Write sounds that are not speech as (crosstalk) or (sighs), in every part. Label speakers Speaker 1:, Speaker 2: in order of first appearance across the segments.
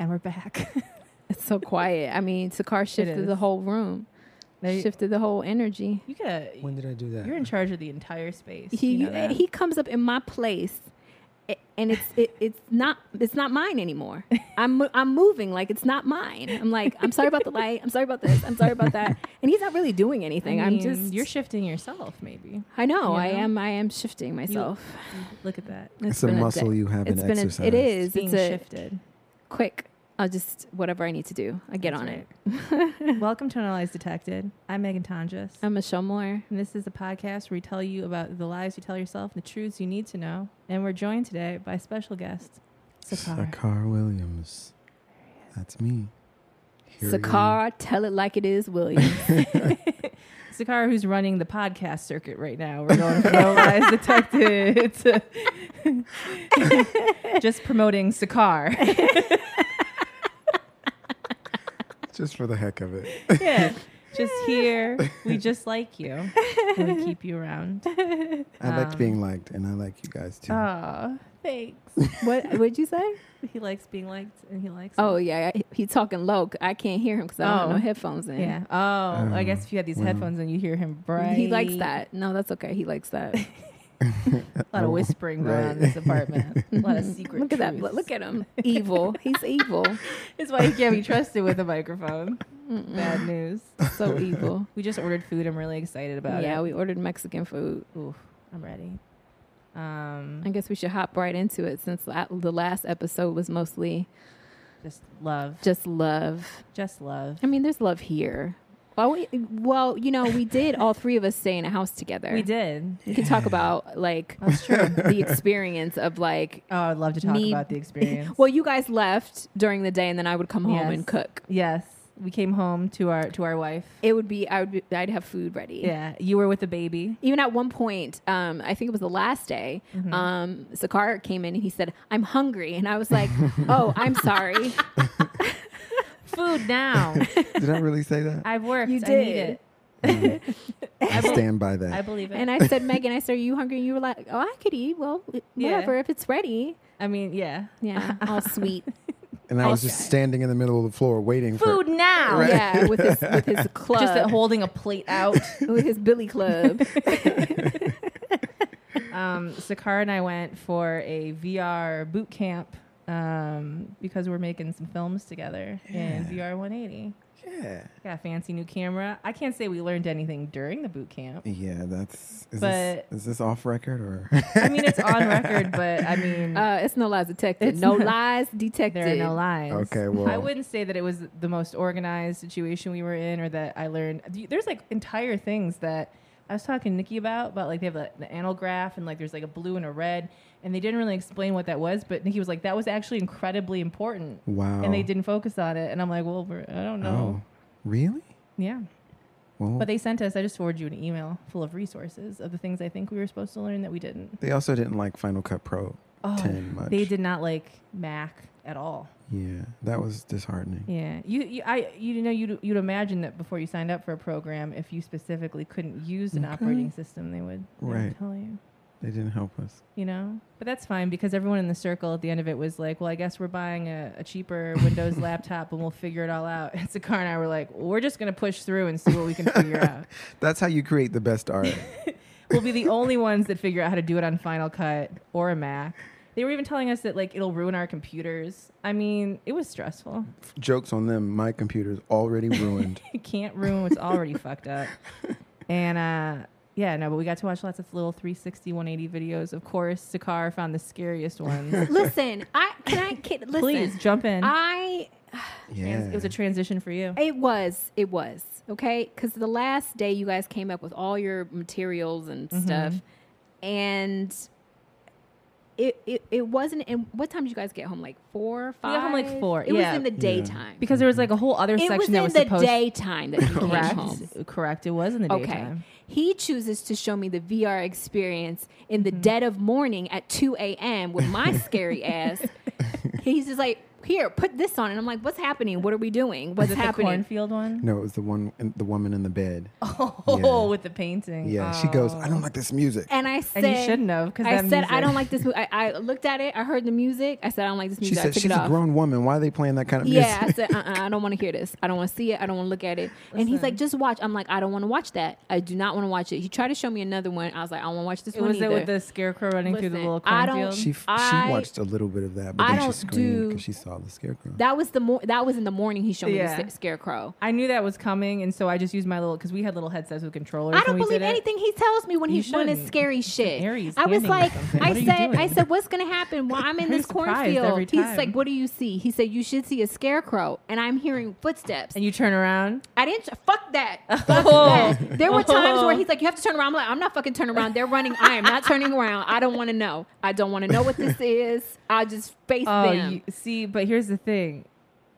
Speaker 1: we're back. (laughs)
Speaker 2: It's so quiet. I mean, Sakar shifted the
Speaker 1: is.
Speaker 2: whole room,
Speaker 1: They-
Speaker 2: shifted the whole energy.
Speaker 1: you gotta.
Speaker 3: When did I do that?
Speaker 1: You're in charge of the entire space.
Speaker 2: He
Speaker 1: you know that.
Speaker 2: he comes up in my place, a- and it's it, it's not it's not
Speaker 1: (laughs)
Speaker 2: mine anymore. I'm mo- I'm moving like it's not mine. I'm like I'm sorry about the light. I'm sorry about this. I'm sorry about that. And he's not really doing anything.
Speaker 1: I
Speaker 2: I
Speaker 1: mean,
Speaker 2: am just
Speaker 1: you're shifting yourself. Maybe
Speaker 2: I know, I
Speaker 1: you know?
Speaker 2: am I am shifting myself.
Speaker 1: look at that.
Speaker 3: It's a
Speaker 2: been
Speaker 3: muscle
Speaker 2: day.
Speaker 3: you haven't
Speaker 2: It's been a-
Speaker 3: exercised.
Speaker 2: it is.
Speaker 1: Being
Speaker 2: It's a
Speaker 1: shifted.
Speaker 2: quick. I'll just whatever I need to do. I get on it.
Speaker 1: (laughs) it. Welcome to Analyze Detected. I'm Megan Tonjes.
Speaker 2: I'm Michelle Moore.
Speaker 1: And this is a podcast where we tell you about the lies you tell yourself and the truths you need to know. And we're joined today by special guest, Sakar.
Speaker 3: Sakar Williams. That's me. Here you-
Speaker 2: Sakar, tell it like it is, William. (laughs)
Speaker 1: Sakar, who's running the podcast circuit right now. We're going from No Lies Detected to (laughs) just promoting Sakar.
Speaker 3: Just for the heck of it.
Speaker 1: yeah. (laughs) Just here. We just like you. and
Speaker 2: (laughs)
Speaker 1: We keep you around.
Speaker 3: I liked
Speaker 1: Um,
Speaker 3: being liked, and I like you guys too. (laughs)
Speaker 1: Oh, thanks.
Speaker 2: (laughs) what would you say?
Speaker 1: He likes being liked and he likes.
Speaker 2: Oh yeah, I- he talking low. I can't hear him because I don't have
Speaker 1: Oh.
Speaker 2: no headphones in.
Speaker 1: Yeah. Oh, I
Speaker 3: Oh,
Speaker 1: guess if you had these
Speaker 3: wow.
Speaker 1: headphones and you hear him, bright.
Speaker 2: He likes that. No, that's okay. He likes that.
Speaker 1: A lot of whispering going on in this apartment. (laughs) A
Speaker 2: (laughs)
Speaker 1: lot of secret.
Speaker 2: look at that. Look, look
Speaker 1: (laughs)
Speaker 2: at him. Evil. He's evil.
Speaker 1: That's why he can't
Speaker 2: (laughs)
Speaker 1: be trusted with a microphone.
Speaker 2: Mm.
Speaker 1: Bad news.
Speaker 2: So evil.
Speaker 1: We just ordered food. I'm really excited about
Speaker 2: yeah,
Speaker 1: it.
Speaker 2: we ordered Mexican food.
Speaker 1: Oof, I'm ready. Um,
Speaker 2: I guess we should hop right into it since la- the last episode was mostly
Speaker 1: just love.
Speaker 2: just love.
Speaker 1: Just love.
Speaker 2: I mean, there's love here. Well, we, well, you know, we did all three of us stay in a house together.
Speaker 1: We did.
Speaker 2: We can talk about like
Speaker 1: That's true.
Speaker 2: the experience of like
Speaker 1: oh, I'd love to talk
Speaker 2: Me-
Speaker 1: about the experience.
Speaker 2: (laughs) Well, you guys left during the day, and then I would come home
Speaker 1: Yes.
Speaker 2: and cook.
Speaker 1: yes, we came home to our to our (laughs) wife.
Speaker 2: It would be I would be, I'd have food ready.
Speaker 1: Yeah, you were with the baby.
Speaker 2: Even at one point, um, I think it was the last day,
Speaker 1: Mm-hmm.
Speaker 2: um, Sakar came in and he said, "I'm hungry," and I was like, "Oh, I'm (laughs) sorry."
Speaker 1: Food (laughs) now.
Speaker 3: Did I really say that? Um,
Speaker 1: I've worked.
Speaker 2: You
Speaker 1: I need
Speaker 2: did.
Speaker 1: it.
Speaker 3: (laughs) I stand
Speaker 1: (laughs)
Speaker 3: by
Speaker 1: I
Speaker 3: that.
Speaker 1: believe it.
Speaker 2: and I said, "Megan, I said, are you hungry?" And you were like, "Oh, I could eat. Well,
Speaker 1: Yeah.
Speaker 2: whatever if it's ready."
Speaker 1: I mean, yeah.
Speaker 2: Yeah, (laughs) all sweet.
Speaker 3: And I was just standing in the middle of the floor waiting
Speaker 1: Food
Speaker 3: for.
Speaker 1: now.
Speaker 2: Yeah, with his with (laughs) his club,
Speaker 1: Just that holding a plate out.
Speaker 2: with his Billy (laughs) club.
Speaker 1: (laughs) um, Sakara and I went for a VR boot camp um, because we're making some films together in VR 180.
Speaker 3: Yeah.
Speaker 1: Got a fancy new camera. I can't say we learned anything during the boot
Speaker 3: (laughs)
Speaker 1: camp.
Speaker 3: Yeah, that's. Is,
Speaker 1: But-
Speaker 3: this, is this off record or? (laughs)
Speaker 1: I mean, it's on record, but I mean,
Speaker 2: Uh, it's no lies detected.
Speaker 1: It's
Speaker 2: no
Speaker 1: not-
Speaker 2: lies detected.
Speaker 1: there are no lies.
Speaker 3: okay, well.
Speaker 1: I wouldn't say that it was the most organized situation we were in or that I learned. th- There's like entire things that I was talking to Nikki about, but like they have the, the anal graph and like there's like a blue and a red, and they didn't really explain what that was, but Nikki was like, that was actually incredibly important.
Speaker 3: Wow.
Speaker 1: And they didn't focus on it. And I'm like, well, we're- I don't know.
Speaker 3: Oh, really?
Speaker 1: Yeah.
Speaker 3: Well,
Speaker 1: But they sent us, I just forwarded you an email full of resources of the things I think we were supposed to learn that we didn't.
Speaker 3: they also didn't like Final Cut Pro
Speaker 1: Oh,
Speaker 3: 10 much.
Speaker 1: They did not like Mac at all.
Speaker 3: Yeah, that was disheartening.
Speaker 1: Yeah, you, you, I, you know, you'd, you'd imagine that before you signed up for a program, if you specifically couldn't use an operating system, they would, they would
Speaker 3: Right.
Speaker 1: tell you.
Speaker 3: They didn't help us.
Speaker 1: You know, but that's fine because everyone in the circle at the end of it was like, "Well, I guess we're buying a, a cheaper Windows laptop and we'll figure it all out." (laughs) And Sakar and I were like, well, "We're just gonna push through and see what we can figure out."
Speaker 3: That's how you create the best
Speaker 2: (laughs)
Speaker 3: art.
Speaker 1: We'll be the only ones that figure out how to do it on Final Cut or a Mac. They were even telling us that like it'll ruin our computers. I mean, it was stressful.
Speaker 3: Jokes on them. My computer's
Speaker 2: (laughs)
Speaker 3: already ruined.
Speaker 1: you (laughs) can't ruin what's already fucked up. And uh, yeah, no, but we got to watch lots of little 360, 180 videos. Of course, Sakar found the scariest ones.
Speaker 2: (laughs) Listen, I can I (laughs) kid. Listen,
Speaker 1: Please jump in.
Speaker 2: I
Speaker 3: Yeah.
Speaker 1: Trans- It was a transition for you.
Speaker 2: It was. It was. Okay. Because the last day you guys came up with all your materials and
Speaker 1: Mm-hmm.
Speaker 2: stuff. And it, it, it wasn't. And what time did you guys get home? Like four, five?
Speaker 1: got home, like, four,
Speaker 2: It
Speaker 1: yeah.
Speaker 2: was in the daytime.
Speaker 1: Because there was like a whole other
Speaker 2: it was
Speaker 1: section
Speaker 2: in
Speaker 1: that was
Speaker 2: the
Speaker 1: supposed (laughs)
Speaker 2: daytime that you came home.
Speaker 1: correct. Correct. It was in the
Speaker 2: Okay.
Speaker 1: daytime.
Speaker 2: He chooses to show me the VR experience
Speaker 1: Mm-hmm. (laughs)
Speaker 2: in the dead of morning at 2 a.m. with my scary ass. He's just like, here, put this on. And I'm like, what's happening? What are we doing?
Speaker 1: Was
Speaker 2: What's
Speaker 1: it the
Speaker 2: happening?
Speaker 1: cornfield one?
Speaker 3: No, it was the one, the woman in the bed.
Speaker 1: (laughs) Oh,
Speaker 3: Yeah.
Speaker 1: with the painting.
Speaker 3: Yeah, she goes,
Speaker 1: Oh.
Speaker 3: I don't like this music.
Speaker 2: And I said,
Speaker 1: And you shouldn't have because
Speaker 2: I said, I don't like this. mo- I, I looked at it. I heard the music. I said, I don't like this
Speaker 3: She
Speaker 2: music. I
Speaker 3: said,
Speaker 2: took
Speaker 3: she's
Speaker 2: it
Speaker 3: a
Speaker 2: off.
Speaker 3: grown woman. Why are they playing that kind of music?
Speaker 2: yeah, I said, uh-uh, I don't want to hear this. I don't want to see it. I don't want to look at it. And he's like, just watch. I'm like, I don't want to watch that. I do not want to watch it. He tried to show me another one. I was like, I don't want to watch this
Speaker 1: It
Speaker 2: one
Speaker 1: was
Speaker 2: either.
Speaker 1: it with the scarecrow running through the
Speaker 2: Listen,
Speaker 1: little
Speaker 2: I don't-
Speaker 1: cornfield?
Speaker 3: (laughs) She f-
Speaker 2: I-
Speaker 3: she watched a little bit of that, but
Speaker 2: I
Speaker 3: then
Speaker 2: don't
Speaker 3: she screamed
Speaker 2: do-
Speaker 3: because she saw the scarecrow.
Speaker 2: that was the mor- that was in the morning. He showed me
Speaker 1: Yeah.
Speaker 2: the sa- scarecrow.
Speaker 1: I knew that was coming, and so I just used my little because we had little headsets with controllers.
Speaker 2: I don't
Speaker 1: when we
Speaker 2: believe
Speaker 1: did it.
Speaker 2: anything he tells me when
Speaker 1: You
Speaker 2: he's when it's
Speaker 1: shouldn't.
Speaker 2: scary shit.
Speaker 1: Aries
Speaker 2: I
Speaker 1: handing
Speaker 2: was
Speaker 1: you
Speaker 2: like,
Speaker 1: something.
Speaker 2: I
Speaker 1: What are you
Speaker 2: said, I
Speaker 1: doing?
Speaker 2: said, what's gonna happen? Well,
Speaker 1: (laughs)
Speaker 2: I'm in
Speaker 1: You're
Speaker 2: this
Speaker 1: surprised every
Speaker 2: cornfield. He's like,
Speaker 1: time.
Speaker 2: what do you see? He said, you should see a scarecrow, and I'm hearing footsteps.
Speaker 1: And you turn around.
Speaker 2: I didn't.
Speaker 1: (laughs)
Speaker 2: Fuck that. Fuck
Speaker 1: Oh.
Speaker 2: that. There were
Speaker 1: (laughs)
Speaker 2: times where
Speaker 1: Oh.
Speaker 2: he's like, "You have to turn around." I'm like, "I'm not fucking turning around. They're running. I am not turning around. I don't want to know. I don't want to know what this is. I just face
Speaker 1: Oh,
Speaker 2: them."
Speaker 1: you, see, but here's the thing.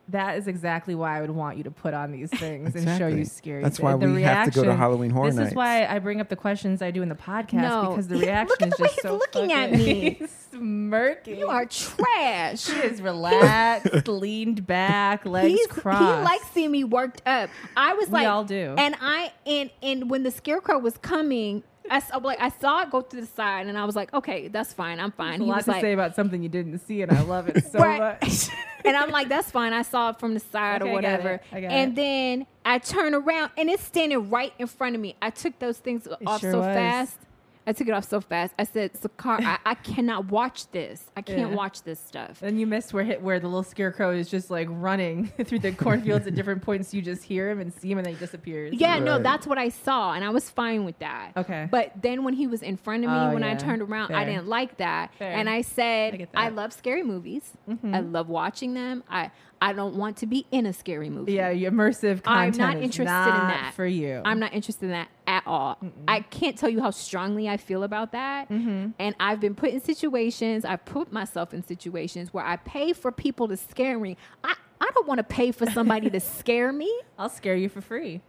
Speaker 1: That is exactly why I would want you to put on these things and show
Speaker 3: Exactly.
Speaker 1: you scary.
Speaker 3: That's
Speaker 1: thi-
Speaker 3: why
Speaker 1: the
Speaker 3: we have to go to
Speaker 1: reaction-
Speaker 3: Halloween Horror
Speaker 1: This
Speaker 3: Nights.
Speaker 1: is why I bring up the questions I do in the podcast
Speaker 2: No.
Speaker 1: because the
Speaker 2: (laughs) Look at
Speaker 1: reaction
Speaker 2: the
Speaker 1: is
Speaker 2: way
Speaker 1: just
Speaker 2: he's
Speaker 1: so
Speaker 2: looking at
Speaker 1: fucking-
Speaker 2: me.
Speaker 1: he's (laughs) smirking.
Speaker 2: You
Speaker 1: (laughs)
Speaker 2: are trash.
Speaker 1: He is
Speaker 3: (laughs)
Speaker 1: relaxed, leaned back, legs
Speaker 2: He's, he
Speaker 1: crossed.
Speaker 2: likes seeing me worked up. I was
Speaker 1: We
Speaker 2: like,
Speaker 1: all do.
Speaker 2: And I and and when the scarecrow was coming, I saw like I saw it go to the side, and I was like, okay, that's fine. I'm fine.
Speaker 1: a
Speaker 2: He
Speaker 1: lot
Speaker 2: was
Speaker 1: to
Speaker 2: like,
Speaker 1: say about something you didn't see, and I love
Speaker 2: (laughs)
Speaker 1: it so
Speaker 2: Right.
Speaker 1: much.
Speaker 2: and I'm like, that's fine. I saw it from the side
Speaker 1: Okay,
Speaker 2: or
Speaker 1: I got
Speaker 2: whatever.
Speaker 1: it. I got
Speaker 2: and
Speaker 1: it.
Speaker 2: then I turn around and it's standing right in front of me. I took those things off
Speaker 1: sure
Speaker 2: so
Speaker 1: was.
Speaker 2: fast. I took it off so fast. I said, Sakar, I, I cannot watch this. I can't
Speaker 1: Yeah.
Speaker 2: watch this stuff.
Speaker 1: Then you missed where hit where the little scarecrow is just like running (laughs) through the cornfields at different points. You just hear him and see him, and then he disappears.
Speaker 2: Yeah, no,
Speaker 3: Right.
Speaker 2: that's what I saw, and I was fine with that.
Speaker 1: Okay.
Speaker 2: But then when he was in front of me,
Speaker 1: Oh,
Speaker 2: when I
Speaker 1: yeah.
Speaker 2: turned around, I
Speaker 1: Fair.
Speaker 2: didn't like that,
Speaker 1: Fair.
Speaker 2: and I
Speaker 1: I
Speaker 2: said,
Speaker 1: get that. Mm-hmm.
Speaker 2: I, love scary movies. I love watching them. I I don't want to be in a scary movie.
Speaker 1: yeah, your immersive
Speaker 2: I'm
Speaker 1: content.
Speaker 2: not
Speaker 1: is
Speaker 2: interested in
Speaker 1: not
Speaker 2: that
Speaker 1: for you.
Speaker 2: I'm not interested in that at all. I can't tell you how strongly I feel about that.
Speaker 1: Mm-hmm.
Speaker 2: And I've been put in situations. I've put myself in situations where I pay for people to scare me. I I don't want to pay for somebody
Speaker 1: (laughs)
Speaker 2: to scare me.
Speaker 1: I'll scare you for free.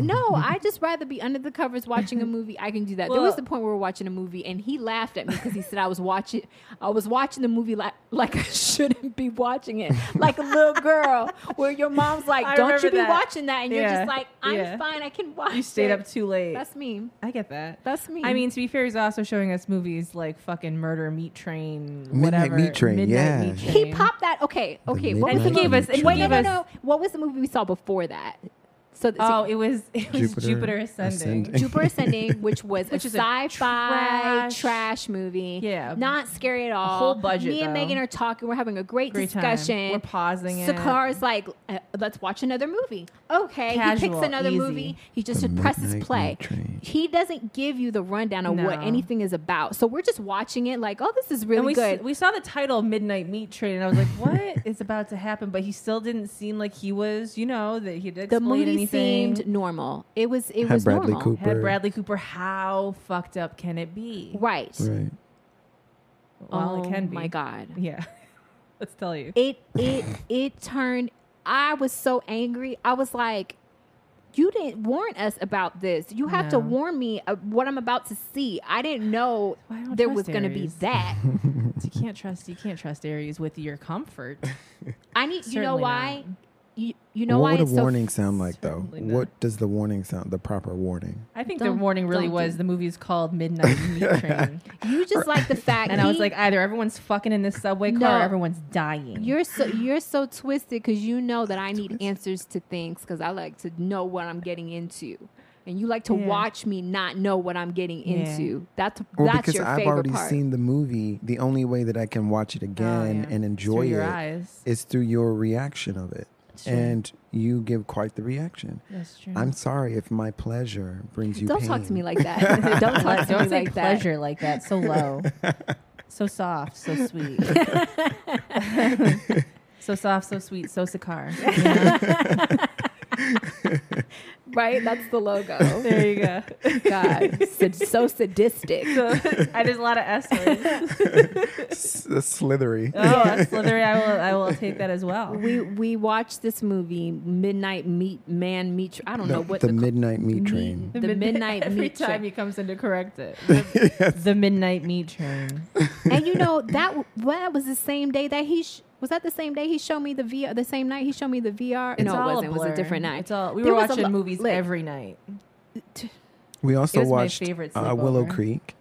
Speaker 2: No, I just rather be under the covers watching a movie. I can do that. there
Speaker 1: Well-
Speaker 2: was the point where we were watching a movie, and he laughed at me because he said I was watching, I was watching the movie like like (laughs) I shouldn't be watching it, like a little girl, where your mom's like,
Speaker 1: I
Speaker 2: "Don't you
Speaker 1: remember
Speaker 2: be
Speaker 1: that.
Speaker 2: watching that?" and you're
Speaker 1: Yeah.
Speaker 2: just like, "I'm
Speaker 1: Yeah.
Speaker 2: fine. I can watch."
Speaker 1: You stayed
Speaker 2: it."
Speaker 1: up too late.
Speaker 2: That's me.
Speaker 1: I get that.
Speaker 2: That's me.
Speaker 1: I mean, to be fair, he's also showing us movies like fucking Murder Meat Train,
Speaker 3: Midnight
Speaker 1: whatever.
Speaker 3: Meat Train,
Speaker 1: Midnight
Speaker 3: yeah.
Speaker 1: Meat
Speaker 3: He
Speaker 2: he
Speaker 1: Train.
Speaker 2: popped that. Okay, okay.
Speaker 3: The
Speaker 2: What
Speaker 1: And
Speaker 2: was
Speaker 1: he
Speaker 2: the
Speaker 3: Midnight
Speaker 1: gave
Speaker 2: movie?
Speaker 1: us. And he
Speaker 2: Wait,
Speaker 3: Train.
Speaker 2: no,
Speaker 1: gave
Speaker 2: no,
Speaker 1: us.
Speaker 2: no. What was the movie we saw before that? So, so
Speaker 1: Oh, it was it was
Speaker 3: Jupiter
Speaker 1: Jupiter, Ascending.
Speaker 3: Ascending.
Speaker 2: (laughs) Jupiter Ascending, which was
Speaker 1: Oh, Which
Speaker 2: a
Speaker 1: is a
Speaker 2: sci-fi trash,
Speaker 1: trash-
Speaker 2: movie.
Speaker 1: Yeah.
Speaker 2: not scary at all.
Speaker 1: whole budget,
Speaker 2: Me and
Speaker 1: though.
Speaker 2: Megan are talking. We're having a great,
Speaker 1: Great time.
Speaker 2: discussion.
Speaker 1: We're pausing it.
Speaker 2: Sakar's like, uh, let's watch another movie. Okay, he
Speaker 1: Casual,
Speaker 2: picks another
Speaker 1: easy.
Speaker 2: movie. He just
Speaker 3: The
Speaker 2: presses
Speaker 3: Midnight
Speaker 2: play.
Speaker 3: Meat Train.
Speaker 2: He doesn't give you the rundown of what
Speaker 1: No.
Speaker 2: anything is about. So we're just watching it like, oh, this is really
Speaker 1: and we
Speaker 2: good.
Speaker 1: s- we saw the title Midnight Meat Train, and I was like, (laughs) "What is about to happen?" But he still didn't seem like he was, you know, that he did
Speaker 2: the
Speaker 1: explain
Speaker 2: movie
Speaker 1: anything.
Speaker 2: seemed normal. It was. It
Speaker 3: Had
Speaker 2: was
Speaker 3: Bradley
Speaker 2: normal.
Speaker 3: Cooper.
Speaker 1: Had Bradley Cooper. How fucked up can it be?
Speaker 2: Right.
Speaker 3: Right.
Speaker 1: Well,
Speaker 2: oh
Speaker 1: it can be.
Speaker 2: my god.
Speaker 1: Yeah, (laughs) let's tell you.
Speaker 2: it
Speaker 3: (laughs)
Speaker 2: it it turned i was so angry i was like you didn't warn us about this you have to
Speaker 1: No.
Speaker 2: warn me of what i'm about to see i didn't know
Speaker 1: Why I don't
Speaker 2: there
Speaker 1: trust
Speaker 2: was going to be
Speaker 1: Aries.
Speaker 2: that
Speaker 1: you can't trust. You can't trust Aries with your comfort.
Speaker 2: i
Speaker 1: (laughs)
Speaker 2: need you know
Speaker 1: Certainly
Speaker 2: why
Speaker 1: not.
Speaker 2: you, you know why
Speaker 3: what would a
Speaker 2: it's so
Speaker 3: warning sound like, though?
Speaker 1: Certainly not.
Speaker 3: What does the warning sound? The proper warning.
Speaker 1: (laughs) I think
Speaker 2: Don't-
Speaker 1: the warning really
Speaker 2: don't do-
Speaker 1: was the movie is called
Speaker 3: (laughs)
Speaker 1: Midnight Meat Train,
Speaker 2: you just like the fact
Speaker 1: and I was
Speaker 2: he-
Speaker 1: like, either everyone's fucking in this subway car,
Speaker 2: No.
Speaker 1: or everyone's dying. (sighs)
Speaker 2: you're so you're so twisted because you know that i need answers to things because i like to know what i'm getting into and you like to
Speaker 1: Yeah.
Speaker 2: watch me not know what i'm getting
Speaker 1: Yeah.
Speaker 2: into that's
Speaker 3: Well,
Speaker 2: that's
Speaker 3: because
Speaker 2: your
Speaker 3: I've
Speaker 2: favorite
Speaker 3: already
Speaker 2: part Oh,
Speaker 3: seen the movie, the only way that I can watch it again
Speaker 1: Oh, yeah.
Speaker 3: and enjoy
Speaker 1: Through your
Speaker 3: it
Speaker 1: eyes.
Speaker 3: is through your reaction of it. And you give quite the reaction.
Speaker 1: That's true.
Speaker 3: I'm sorry if my pleasure brings you
Speaker 2: Don't
Speaker 3: pain.
Speaker 2: talk to me like that. (laughs) Don't talk
Speaker 3: (laughs)
Speaker 1: Like, (laughs)
Speaker 2: to
Speaker 1: don't
Speaker 2: me
Speaker 1: say
Speaker 2: like
Speaker 1: pleasure like that. So low, so soft, so (laughs) sweet. so soft, so sweet, so Sakar.
Speaker 2: that. Right? That's the
Speaker 1: (laughs)
Speaker 2: logo.
Speaker 1: There you go.
Speaker 2: God, so, so sadistic.
Speaker 1: So I there's a lot of S words.
Speaker 3: S- uh, slithery.
Speaker 2: (laughs)
Speaker 1: Oh, that's slithery. I will. I will take that as well.
Speaker 2: We we watched this movie, Midnight Meat Man Meat. Tra- I don't
Speaker 3: The,
Speaker 2: know what
Speaker 3: the
Speaker 2: the,
Speaker 3: midnight meat train.
Speaker 2: The midnight
Speaker 1: every
Speaker 2: meat
Speaker 1: time
Speaker 2: train.
Speaker 1: he comes in to correct
Speaker 2: (laughs)
Speaker 1: it. The, the midnight meat train. (laughs)
Speaker 2: and you know that w- well, that was the same day that he sh- Was that the same day he showed me the VR? The same night he showed me the VR?
Speaker 1: It's
Speaker 2: no, it
Speaker 1: all
Speaker 2: wasn't. It was a
Speaker 1: blur.
Speaker 2: different night.
Speaker 1: It's all we
Speaker 2: There
Speaker 1: were
Speaker 2: was a
Speaker 1: watching
Speaker 2: lo-
Speaker 1: movies
Speaker 2: look,
Speaker 1: every night.
Speaker 3: We also
Speaker 1: was my
Speaker 3: watched
Speaker 1: favorite
Speaker 3: uh, Willow
Speaker 1: sleepover.
Speaker 3: Creek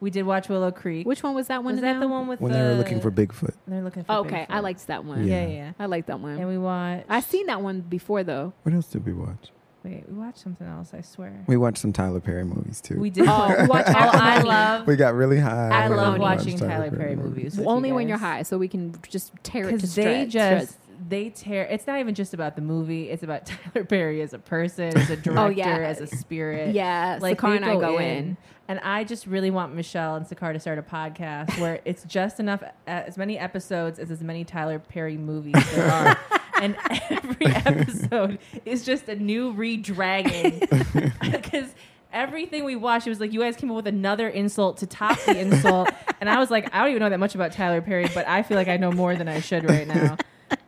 Speaker 1: We did watch Willow Creek.
Speaker 2: Which one was that one?
Speaker 1: was that
Speaker 2: now?
Speaker 1: the one with
Speaker 3: when
Speaker 1: the,
Speaker 3: they were looking for Bigfoot.
Speaker 1: They're looking for.
Speaker 2: Oh, okay, I
Speaker 1: Bigfoot.
Speaker 2: liked that one.
Speaker 1: Yeah,
Speaker 3: Yeah.
Speaker 1: yeah. yeah.
Speaker 2: I liked that one.
Speaker 1: And we watched.
Speaker 2: I seen that one before though.
Speaker 3: What else did we watch?
Speaker 1: Wait, we watched something else. I swear.
Speaker 3: We watched some Tyler Perry movies too.
Speaker 1: We
Speaker 3: We,
Speaker 1: did.
Speaker 2: Oh, we
Speaker 1: (laughs)
Speaker 2: watched
Speaker 1: Oh, I
Speaker 2: Alimony.
Speaker 1: love.
Speaker 3: got really high.
Speaker 1: I
Speaker 3: when we
Speaker 1: love
Speaker 2: Alimony.
Speaker 3: watched
Speaker 1: watching Tyler Perry movies. with you
Speaker 2: Only when you're
Speaker 1: guys.
Speaker 2: high, so we can just tear it to
Speaker 1: because they
Speaker 2: shreds-
Speaker 1: just
Speaker 2: shreds.
Speaker 1: they tear. It's not even just about the movie. It's about (laughs) Tyler Perry as a person, as a director,
Speaker 2: (laughs) Oh, yeah.
Speaker 1: as a spirit.
Speaker 2: Yeah,
Speaker 1: like
Speaker 2: Sakar
Speaker 1: they
Speaker 2: and I go in.
Speaker 1: and I just really want Michelle and Sakar to start a podcast where (laughs) it's just enough uh, as many episodes as as many Tyler Perry movies there
Speaker 2: (laughs)
Speaker 1: are, and (laughs) every episode is just a new re-dragging
Speaker 2: (laughs)
Speaker 1: (laughs) because. Everything we watched, it was like you guys came up with another insult to top the
Speaker 2: (laughs)
Speaker 1: insult, and I was like, I don't even know that much about Tyler Perry, but I feel like I know more than I should right
Speaker 2: (laughs)
Speaker 1: now.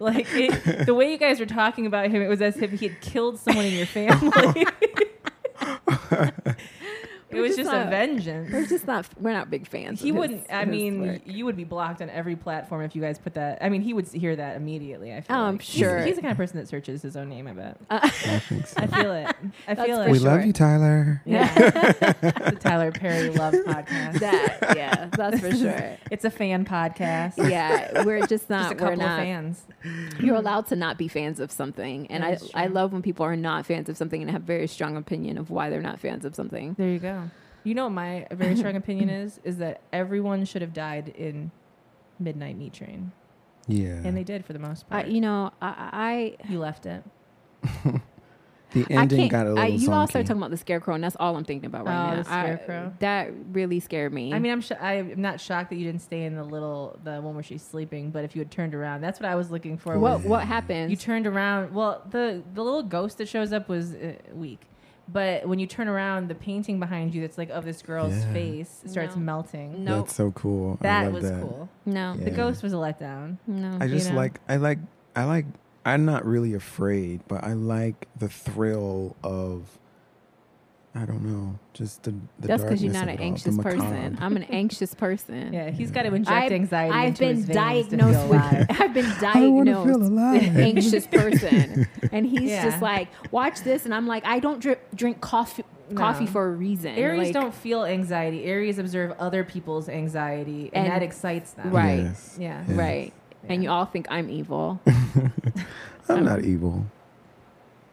Speaker 1: Like it, the way you guys were talking about him, it was as if he had killed someone in your family. (laughs) it
Speaker 2: We're
Speaker 1: was
Speaker 2: just
Speaker 1: just
Speaker 2: not-
Speaker 1: a vengeance.
Speaker 2: (laughs) We're just not. We're not big fans.
Speaker 1: he
Speaker 2: of his-
Speaker 1: wouldn't. I
Speaker 2: his
Speaker 1: mean,
Speaker 2: work.
Speaker 1: you would be blocked on every platform if you guys put that. I mean, he would hear that immediately. I feel.
Speaker 2: Oh, I'm
Speaker 1: like. He's-
Speaker 2: sure.
Speaker 1: He's, the kind of person that searches his own name. I
Speaker 2: (laughs)
Speaker 1: bet.
Speaker 3: I think so.
Speaker 1: I feel it. I
Speaker 2: That's
Speaker 1: feel
Speaker 2: for
Speaker 1: it.
Speaker 2: sure.
Speaker 3: we love you, Tyler.
Speaker 1: Yeah. (laughs)
Speaker 2: (laughs)
Speaker 1: the Tyler Perry Love Podcast.
Speaker 2: that. (laughs) Yeah, that's for sure.
Speaker 1: It's a fan podcast. (laughs)
Speaker 2: Yeah, we're just not.
Speaker 1: Just a
Speaker 2: we're
Speaker 1: couple of
Speaker 2: not.
Speaker 1: fans.
Speaker 2: You're allowed to not be fans of something, and
Speaker 1: That
Speaker 2: I
Speaker 1: is true.
Speaker 2: I love when people are not fans of something and have very strong opinion of why they're not fans of something.
Speaker 1: There you go. You know what my very strong opinion is is that everyone should have died in Midnight Meat Train,
Speaker 3: Yeah.
Speaker 1: and they did for the most
Speaker 2: I, e-
Speaker 1: part.
Speaker 2: you know, I. I
Speaker 1: you left it.
Speaker 3: the
Speaker 2: I
Speaker 3: ending
Speaker 2: can't-
Speaker 3: got a little
Speaker 2: I, you all started
Speaker 3: zonky.
Speaker 2: talking about the scarecrow, and that's all I'm thinking about right
Speaker 1: Oh,
Speaker 2: now.
Speaker 1: the
Speaker 2: I-
Speaker 1: scarecrow.
Speaker 2: that really scared me.
Speaker 1: I mean, I'm sh- I'm not shocked that you didn't stay in the little the one where she's sleeping. But if you had turned around, that's what I was looking for.
Speaker 2: what
Speaker 1: was-
Speaker 2: what happens?
Speaker 1: you turned around? Well, the the little ghost that shows up was uh, weak. But when you turn around, the painting behind you that's like of this girl's
Speaker 3: Yeah.
Speaker 1: face starts
Speaker 2: No.
Speaker 1: melting.
Speaker 2: No.
Speaker 3: That's so cool. I
Speaker 1: That
Speaker 3: love
Speaker 1: was
Speaker 3: that.
Speaker 1: cool.
Speaker 2: no,
Speaker 1: The
Speaker 3: Yeah.
Speaker 1: ghost was a letdown.
Speaker 2: no.
Speaker 3: I
Speaker 1: you
Speaker 3: just
Speaker 1: know?
Speaker 3: like I like I like I'm not really afraid, but I like the thrill of I don't know, just the, the
Speaker 2: that's because
Speaker 3: because
Speaker 2: you're not an anxious person. I'm an anxious person.
Speaker 1: Yeah, he's got to inject
Speaker 2: I've-
Speaker 1: anxiety.
Speaker 2: I've
Speaker 1: into
Speaker 2: been
Speaker 1: his veins to feel
Speaker 2: diagnosed with
Speaker 1: alive.
Speaker 2: (laughs) I've been
Speaker 3: I want
Speaker 2: (laughs)
Speaker 3: to feel
Speaker 2: diagnosed
Speaker 3: alive.
Speaker 2: anxious person, and he's
Speaker 1: Yeah.
Speaker 2: just like, watch this, and I'm like, I don't dri- drink coffee coffee
Speaker 1: No.
Speaker 2: for a reason.
Speaker 1: (laughs) Aries
Speaker 2: Like,
Speaker 1: don't feel anxiety. Aries observe other people's anxiety, and,
Speaker 2: And-
Speaker 1: that excites them.
Speaker 2: Right.
Speaker 3: (laughs) Yes.
Speaker 1: Yeah.
Speaker 3: Yeah.
Speaker 2: right. And you
Speaker 1: Yeah.
Speaker 2: all think I'm evil. (laughs)
Speaker 3: I'm not evil.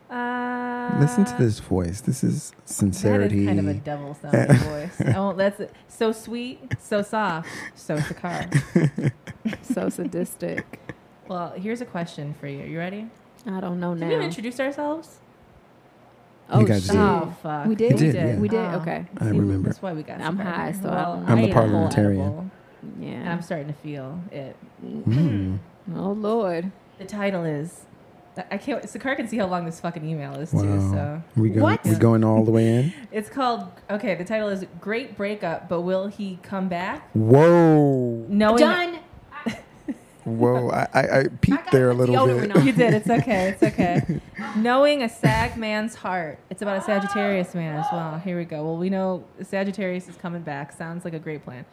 Speaker 1: Uh,
Speaker 3: Listen to this voice. This is sincerity.
Speaker 1: That is kind of a devil (laughs) sounding voice. Oh, that's so sweet, so soft, so Sakar.
Speaker 2: so sadistic.
Speaker 1: Well, here's a question for you. You ready?
Speaker 2: I don't know
Speaker 1: Did we even
Speaker 2: now.
Speaker 1: introduce ourselves?
Speaker 2: Oh,
Speaker 3: You guys
Speaker 2: shoot.
Speaker 3: did.
Speaker 1: Oh fuck,
Speaker 2: We did?
Speaker 3: We did, yeah.
Speaker 2: We did? Okay.
Speaker 3: I
Speaker 1: See,
Speaker 3: remember.
Speaker 1: That's why we got.
Speaker 2: I'm
Speaker 1: Sakar.
Speaker 2: high, so I don't know.
Speaker 3: I'm a
Speaker 1: ate whole
Speaker 3: parliamentarian.
Speaker 1: edible, and
Speaker 2: Yeah.
Speaker 1: I'm starting to feel it.
Speaker 3: Mm.
Speaker 2: Oh Lord.
Speaker 1: The title is. I can't. Sakar can see how long this fucking email is too.
Speaker 3: Wow.
Speaker 1: So
Speaker 3: We go,
Speaker 2: What?
Speaker 3: We going all the way
Speaker 2: (laughs)
Speaker 3: in.
Speaker 1: it's called. Okay, the title is "Great Breakup," but will he come back?
Speaker 3: Whoa,
Speaker 1: Knowing
Speaker 2: Done.
Speaker 3: whoa! I I, I peeked
Speaker 2: got
Speaker 3: there a
Speaker 2: the
Speaker 3: little
Speaker 2: deodorant
Speaker 3: bit.
Speaker 1: (laughs)
Speaker 2: on.
Speaker 1: You did. It's okay. It's okay. Knowing a Sag man's heart. It's about a Sagittarius man as well. Here we go. Well, we know Sagittarius is coming back. Sounds like a great plan.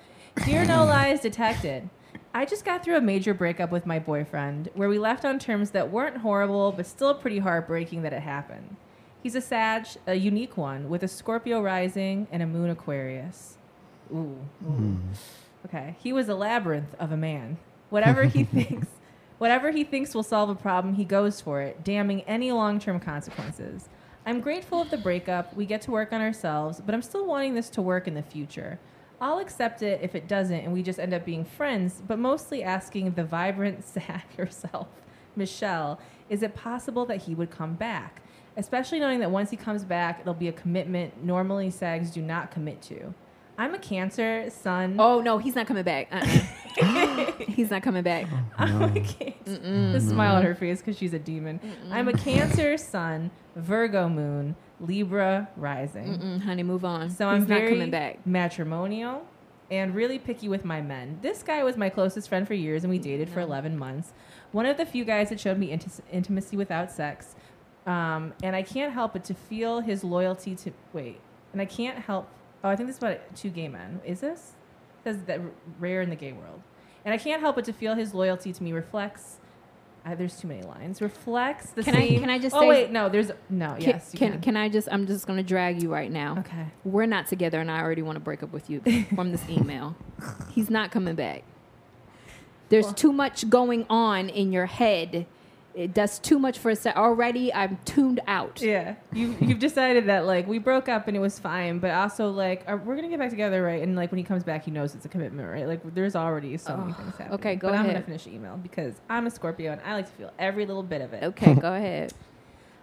Speaker 1: Dear No Lies Detected. I just got through a major breakup with my boyfriend where we left on terms that weren't horrible, but still pretty heartbreaking that it happened. He's a Sag, a unique one, with a Scorpio rising and a moon Aquarius. Ooh. ooh. Okay. He was a labyrinth of a man. Whatever he thinks, whatever he thinks will solve a problem, he goes for it, damning any long-term consequences. I'm grateful of the breakup. We get to work on ourselves, but I'm still wanting this to work in the future. I'll accept it if it doesn't and we just end up being friends, but mostly asking the vibrant (laughs) Zach herself, Michelle, is it possible that he would come back? Especially knowing that once he comes back, it'll be a commitment normally SAGs do not commit to. I'm a Cancer, Sun,
Speaker 2: Oh no, he's not coming back. Uh-uh.
Speaker 1: (laughs)
Speaker 2: he's not coming back.
Speaker 3: Oh.
Speaker 1: I'm a cancer. The smile on her face because she's a demon. I'm a Cancer Sun, Virgo Moon, Libra Rising.
Speaker 2: Mm, honey, move on.
Speaker 1: So
Speaker 2: he's
Speaker 1: I'm very
Speaker 2: not coming back.
Speaker 1: matrimonial and really picky with my men. This guy was my closest friend for years, and we dated for 11 months. One of the few guys that showed me inti- intimacy without sex, um, and I can't help but to feel his loyalty to wait. And I can't help. Oh, I think this is about two gay men. Is this? It Says that r- rare in the gay world. and I can't help but to feel his loyalty to me reflects. Uh, there's too many lines. Reflects the
Speaker 2: Can I-
Speaker 1: same.
Speaker 2: can I just
Speaker 1: Oh
Speaker 2: say-
Speaker 1: wait, no. There's no.
Speaker 2: Can,
Speaker 1: yes, you
Speaker 2: can,
Speaker 1: can.
Speaker 2: can I just? I'm just gonna drag you right now.
Speaker 1: Okay.
Speaker 2: We're not together, and I already want to break
Speaker 1: (laughs)
Speaker 2: up with you from this email. He's not coming back. There's
Speaker 1: Well-
Speaker 2: too much going on in your head. It does too much for a set. Already, I'm tuned out.
Speaker 1: Yeah,
Speaker 2: (laughs)
Speaker 1: you you've decided that like we broke up and it was fine, but also like are, we're gonna get back together, right? And like when he comes back, he knows it's a commitment, right? Like there's already so many
Speaker 2: Ugh,
Speaker 1: things happening.
Speaker 2: okay, go
Speaker 1: but I'm gonna
Speaker 2: ahead.
Speaker 1: finish email because I'm a Scorpio and I like to feel every little bit of it.
Speaker 2: Okay, go ahead.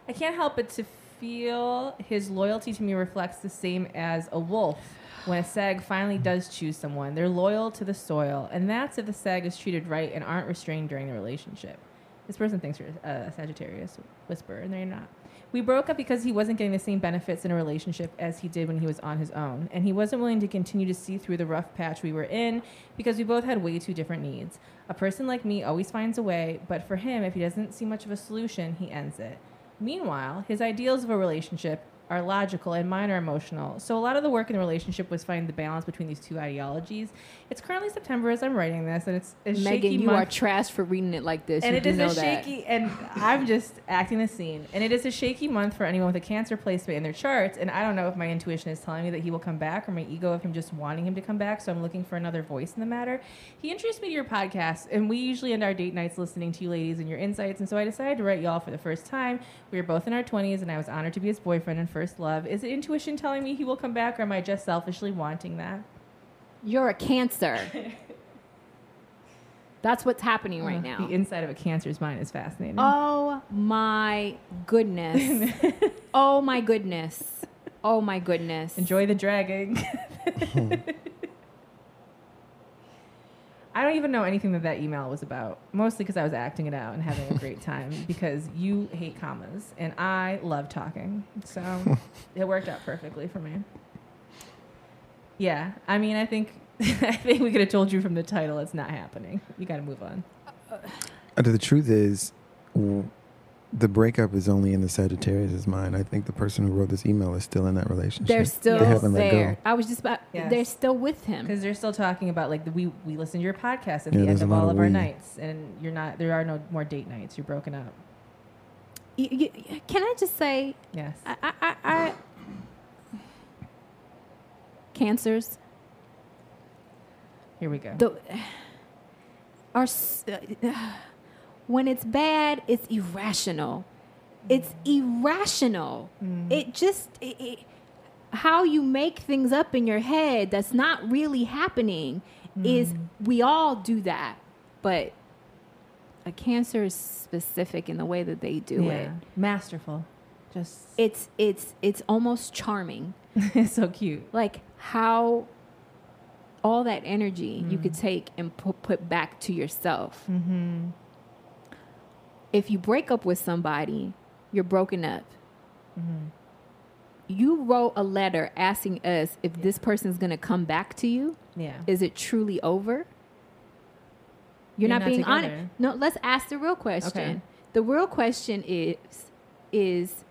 Speaker 1: I can't help but to feel his loyalty to me reflects the same as a wolf when a sag finally does choose someone. They're loyal to the soil, and that's if the sag is treated right and aren't restrained during the relationship. This person thinks you're a Sagittarius whisper, and they're not. We broke up because he wasn't getting the same benefits in a relationship as he did when he was on his own, and he wasn't willing to continue to see through the rough patch we were in because we both had way too different needs. A person like me always finds a way, but for him, if he doesn't see much of a solution, he ends it. Meanwhile, his ideals of a relationship are logical and mine are emotional. So a lot of the work in the relationship was finding the balance between these two ideologies. It's currently September as I'm writing this, and it's a (laughs) shaky
Speaker 2: Megan, you
Speaker 1: month
Speaker 2: are trash for reading it like this.
Speaker 1: and
Speaker 2: you
Speaker 1: it
Speaker 2: do
Speaker 1: is
Speaker 2: know
Speaker 1: a
Speaker 2: that.
Speaker 1: shaky and i'm just acting the scene and it is a shaky month for anyone with a cancer placement in their charts and i don't know if my intuition is telling me that he will come back or my ego of him just wanting him to come back so i'm looking for another voice in the matter he introduced me to your podcast and we usually end our date nights listening to you ladies and your insights and so i decided to write y'all for the first time we were both in our 20s and i was honored to be his boyfriend and first love is it intuition telling me he will come back or am i just selfishly wanting that
Speaker 2: You're a cancer. That's what's happening right now.
Speaker 1: Uh, the inside of a cancer's mind is fascinating
Speaker 2: Oh my
Speaker 1: (laughs)
Speaker 2: goodness. oh my goodness. Oh my goodness.
Speaker 1: Enjoy the dragging. (laughs) I don't even know anything that that email was about. Mostly because I was acting it out and having a great
Speaker 3: (laughs)
Speaker 1: time. Because you hate commas and I love talking,
Speaker 3: (laughs)
Speaker 1: so it worked out perfectly for me. Yeah, I mean, I think (laughs) I think we could have told you from the title it's not happening. You got to move on.
Speaker 3: Uh, The truth is, w- the breakup is only in the Sagittarius' mind. I think the person who wrote this email is still in that relationship.
Speaker 2: They're still
Speaker 3: They haven't let go.
Speaker 2: there. I was just about
Speaker 1: Yes.
Speaker 2: they're still with him.
Speaker 1: Because they're still talking about like the, we we listen to your podcast at the
Speaker 3: Yeah,
Speaker 1: end
Speaker 3: there's a
Speaker 1: of
Speaker 3: lot
Speaker 1: all
Speaker 3: of
Speaker 1: of our
Speaker 3: we.
Speaker 1: nights, and you're not there are no more date nights. You're broken up.
Speaker 2: Y- y- Can I just say
Speaker 1: Yes.
Speaker 2: I, I, I, I cancers
Speaker 1: Here we go.
Speaker 2: the are s- (sighs) when it's bad it's irrational it's irrational it just it, it, how you make things up in your head that's not really happening is we all do that but a cancer is specific in the way that they do it
Speaker 1: Masterful. Just
Speaker 2: (laughs) it's it's it's almost charming
Speaker 1: it's so cute.
Speaker 2: like how all that energy you could take and pu- put back to yourself. If you break up with somebody, you're broken up. You wrote a letter asking us if this person's going to come back to you.
Speaker 1: Yeah.
Speaker 2: Is it truly over?
Speaker 1: You're
Speaker 2: You're, not,
Speaker 1: not
Speaker 2: being
Speaker 1: together.
Speaker 2: honest. No, let's ask the real question.
Speaker 1: Okay.
Speaker 2: The real question is is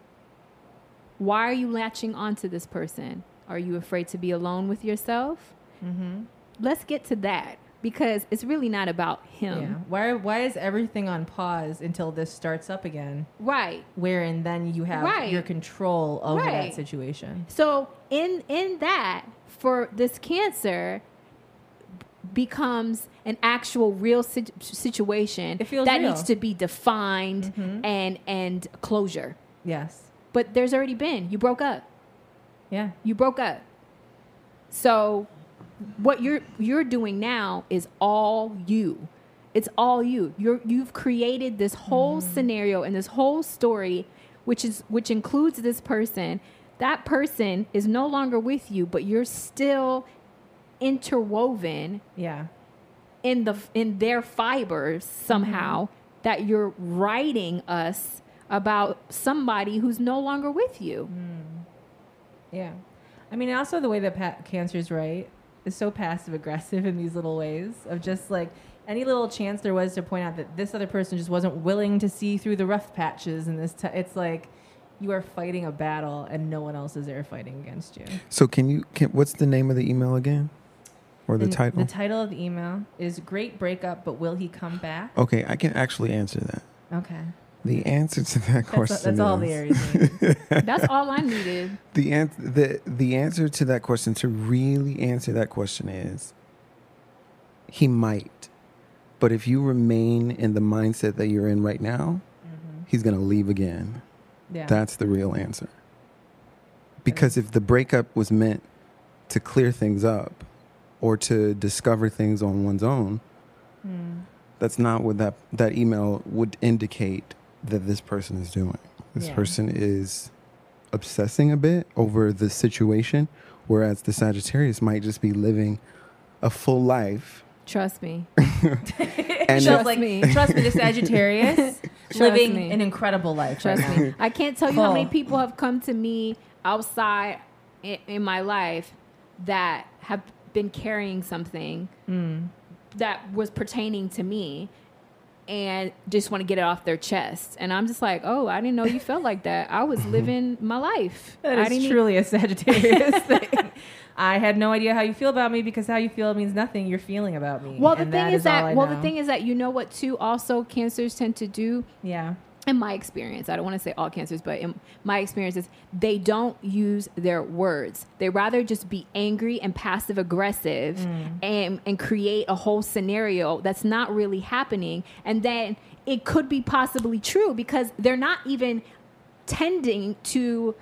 Speaker 2: why are you latching onto this person? Are you afraid to be alone with yourself?
Speaker 1: Mm-hmm.
Speaker 2: Let's get to that because it's really not about him.
Speaker 1: yeah. Why why is everything on pause until this starts up again?
Speaker 2: Right.
Speaker 1: Wherein then you have
Speaker 2: Right.
Speaker 1: your control over that
Speaker 2: Right.
Speaker 1: situation.
Speaker 2: So in in that for this cancer becomes an actual real sit- situation
Speaker 1: It feels
Speaker 2: that
Speaker 1: real. Mm-hmm.
Speaker 2: needs to be defined and and closure.
Speaker 1: Yes.
Speaker 2: But there's already been you broke up.
Speaker 1: Yeah.
Speaker 2: You broke up. So what you're you're doing now is all you. It's all you. You're you've created this whole scenario and this whole story which is which includes this person. That person is no longer with you, but you're still interwoven
Speaker 1: Yeah.
Speaker 2: in the in their fibers somehow that you're writing us about somebody who's no longer with you.
Speaker 1: Yeah. I mean, also the way that pa- cancer's right is so passive aggressive (laughs) in these little ways of just like any little chance there was to point out that this other person just wasn't willing to see through the rough patches and this t- it's like you are fighting a battle and no one else is there fighting against you.
Speaker 3: So can you? Can, what's the name of the email again? or the
Speaker 1: n-
Speaker 3: title?
Speaker 1: The title of the email is "Great Breakup, but Will He Come Back?"
Speaker 3: okay, I can actually answer that.
Speaker 1: Okay,
Speaker 3: The answer to that
Speaker 1: that's, all-
Speaker 3: question.
Speaker 1: that's all the
Speaker 3: is-
Speaker 1: Aries.
Speaker 3: (laughs)
Speaker 1: need.
Speaker 2: That's all I needed.
Speaker 3: The, an- the the answer to that question, to really answer that question, is he might. But if you remain in the mindset that you're in right now,
Speaker 1: Mm-hmm.
Speaker 3: he's going to leave again.
Speaker 1: Yeah.
Speaker 3: That's the real answer. Because if the breakup was meant to clear things up or to discover things on one's own,
Speaker 1: Mm.
Speaker 3: that's not what that, that email would indicate that this person is doing. This
Speaker 1: Yeah.
Speaker 3: person is obsessing a bit over the situation, whereas the Sagittarius might just be living a
Speaker 1: (laughs)
Speaker 3: full life.
Speaker 2: Trust me.
Speaker 3: And
Speaker 1: Shell's
Speaker 2: Trust me.
Speaker 1: (laughs) Trust me, the Sagittarius
Speaker 2: (laughs) Trust
Speaker 1: living
Speaker 2: me.
Speaker 1: an incredible life. right
Speaker 2: Trust
Speaker 1: now. (laughs)
Speaker 2: me. I can't tell you how many
Speaker 1: Paul.
Speaker 2: people have come to me outside in, in my life that have been carrying something
Speaker 1: Mm.
Speaker 2: that was pertaining to me and just want to get it off their chest. And I'm just like, oh, I didn't
Speaker 1: (laughs)
Speaker 2: know you felt like that. I was living my life. I
Speaker 1: That
Speaker 2: didn't e-"
Speaker 1: is
Speaker 2: even-
Speaker 1: truly a (laughs) Sagittarius thing. e- I had no idea how you feel about me because how you feel means nothing. You're feeling about me.
Speaker 2: well, the
Speaker 1: And
Speaker 2: thing is
Speaker 1: all
Speaker 2: that
Speaker 1: I
Speaker 2: well,
Speaker 1: know.
Speaker 2: the thing is that you know what too. Also, cancers tend to do
Speaker 1: yeah,
Speaker 2: in my experience, I don't want to say all cancers, but in my experience is they don't use their words. They rather just be angry and passive aggressive and, and create a whole scenario that's not really happening. And then it could be possibly true because they're not even tending to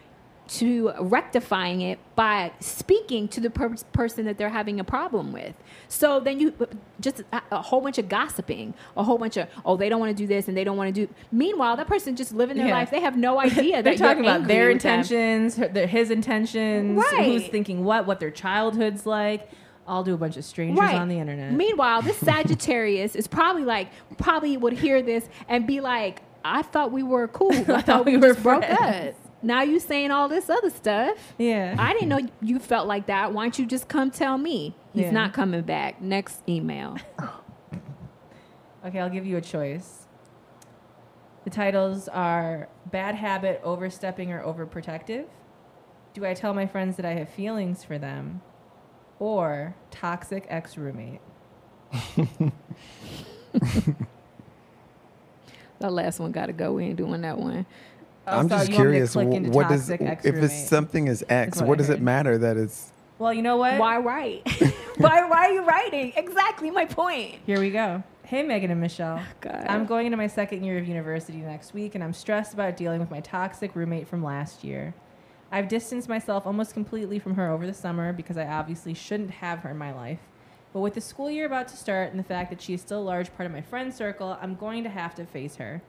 Speaker 2: to rectifying it by speaking to the per- person that they're having a problem with. So then you just a, a whole bunch of gossiping, a whole bunch of oh they don't want to do this and they don't want to do. Meanwhile, that person just living their
Speaker 1: Yeah.
Speaker 2: life. They
Speaker 1: (laughs)
Speaker 2: have no idea.
Speaker 1: they're
Speaker 2: that
Speaker 1: talking
Speaker 2: you're
Speaker 1: about
Speaker 2: angry
Speaker 1: their
Speaker 2: with them.
Speaker 1: intentions, her, their, his intentions, who's
Speaker 2: Right.
Speaker 1: thinking what, what their childhood's like. I'll do a bunch of strangers on the internet. (laughs)
Speaker 2: Meanwhile, this Sagittarius is probably like probably would hear this and be like, "I thought we
Speaker 1: (laughs)
Speaker 2: were cool. I thought, we, were just broke
Speaker 1: friends."
Speaker 2: up. Now you saying all this other stuff."
Speaker 1: yeah,
Speaker 2: I didn't know you felt like that. Why don't you just come tell me? He's
Speaker 1: Yeah.
Speaker 2: not coming back. Next email. (laughs)
Speaker 1: Okay, I'll give you a choice. The titles are Bad Habit, Overstepping, or Overprotective. Do I tell my friends that I have feelings for them? Or Toxic Ex Roommate.
Speaker 2: That last one got to go. We ain't doing that one.
Speaker 1: Oh,
Speaker 3: I'm
Speaker 1: so
Speaker 3: just
Speaker 1: you want me to
Speaker 3: curious.
Speaker 1: click
Speaker 3: wh-
Speaker 1: into
Speaker 3: What does
Speaker 1: toxic
Speaker 3: if
Speaker 1: ex-roommate?
Speaker 3: it's something is X?
Speaker 1: Is what
Speaker 3: what
Speaker 1: I
Speaker 3: does it
Speaker 1: heard.
Speaker 3: matter that it's
Speaker 1: Well, you know what?
Speaker 2: Why write? (laughs) why why are you writing? Exactly my point.
Speaker 1: Here we go. Hey, Megan and Michelle.
Speaker 2: God.
Speaker 1: I'm going into my second year of university next week, and I'm stressed about dealing with my toxic roommate from last year. I've distanced myself almost completely from her over the summer because I obviously shouldn't have her in my life. But with the school year about to start and the fact that she is still a large part of my friend circle, I'm going to have to face her.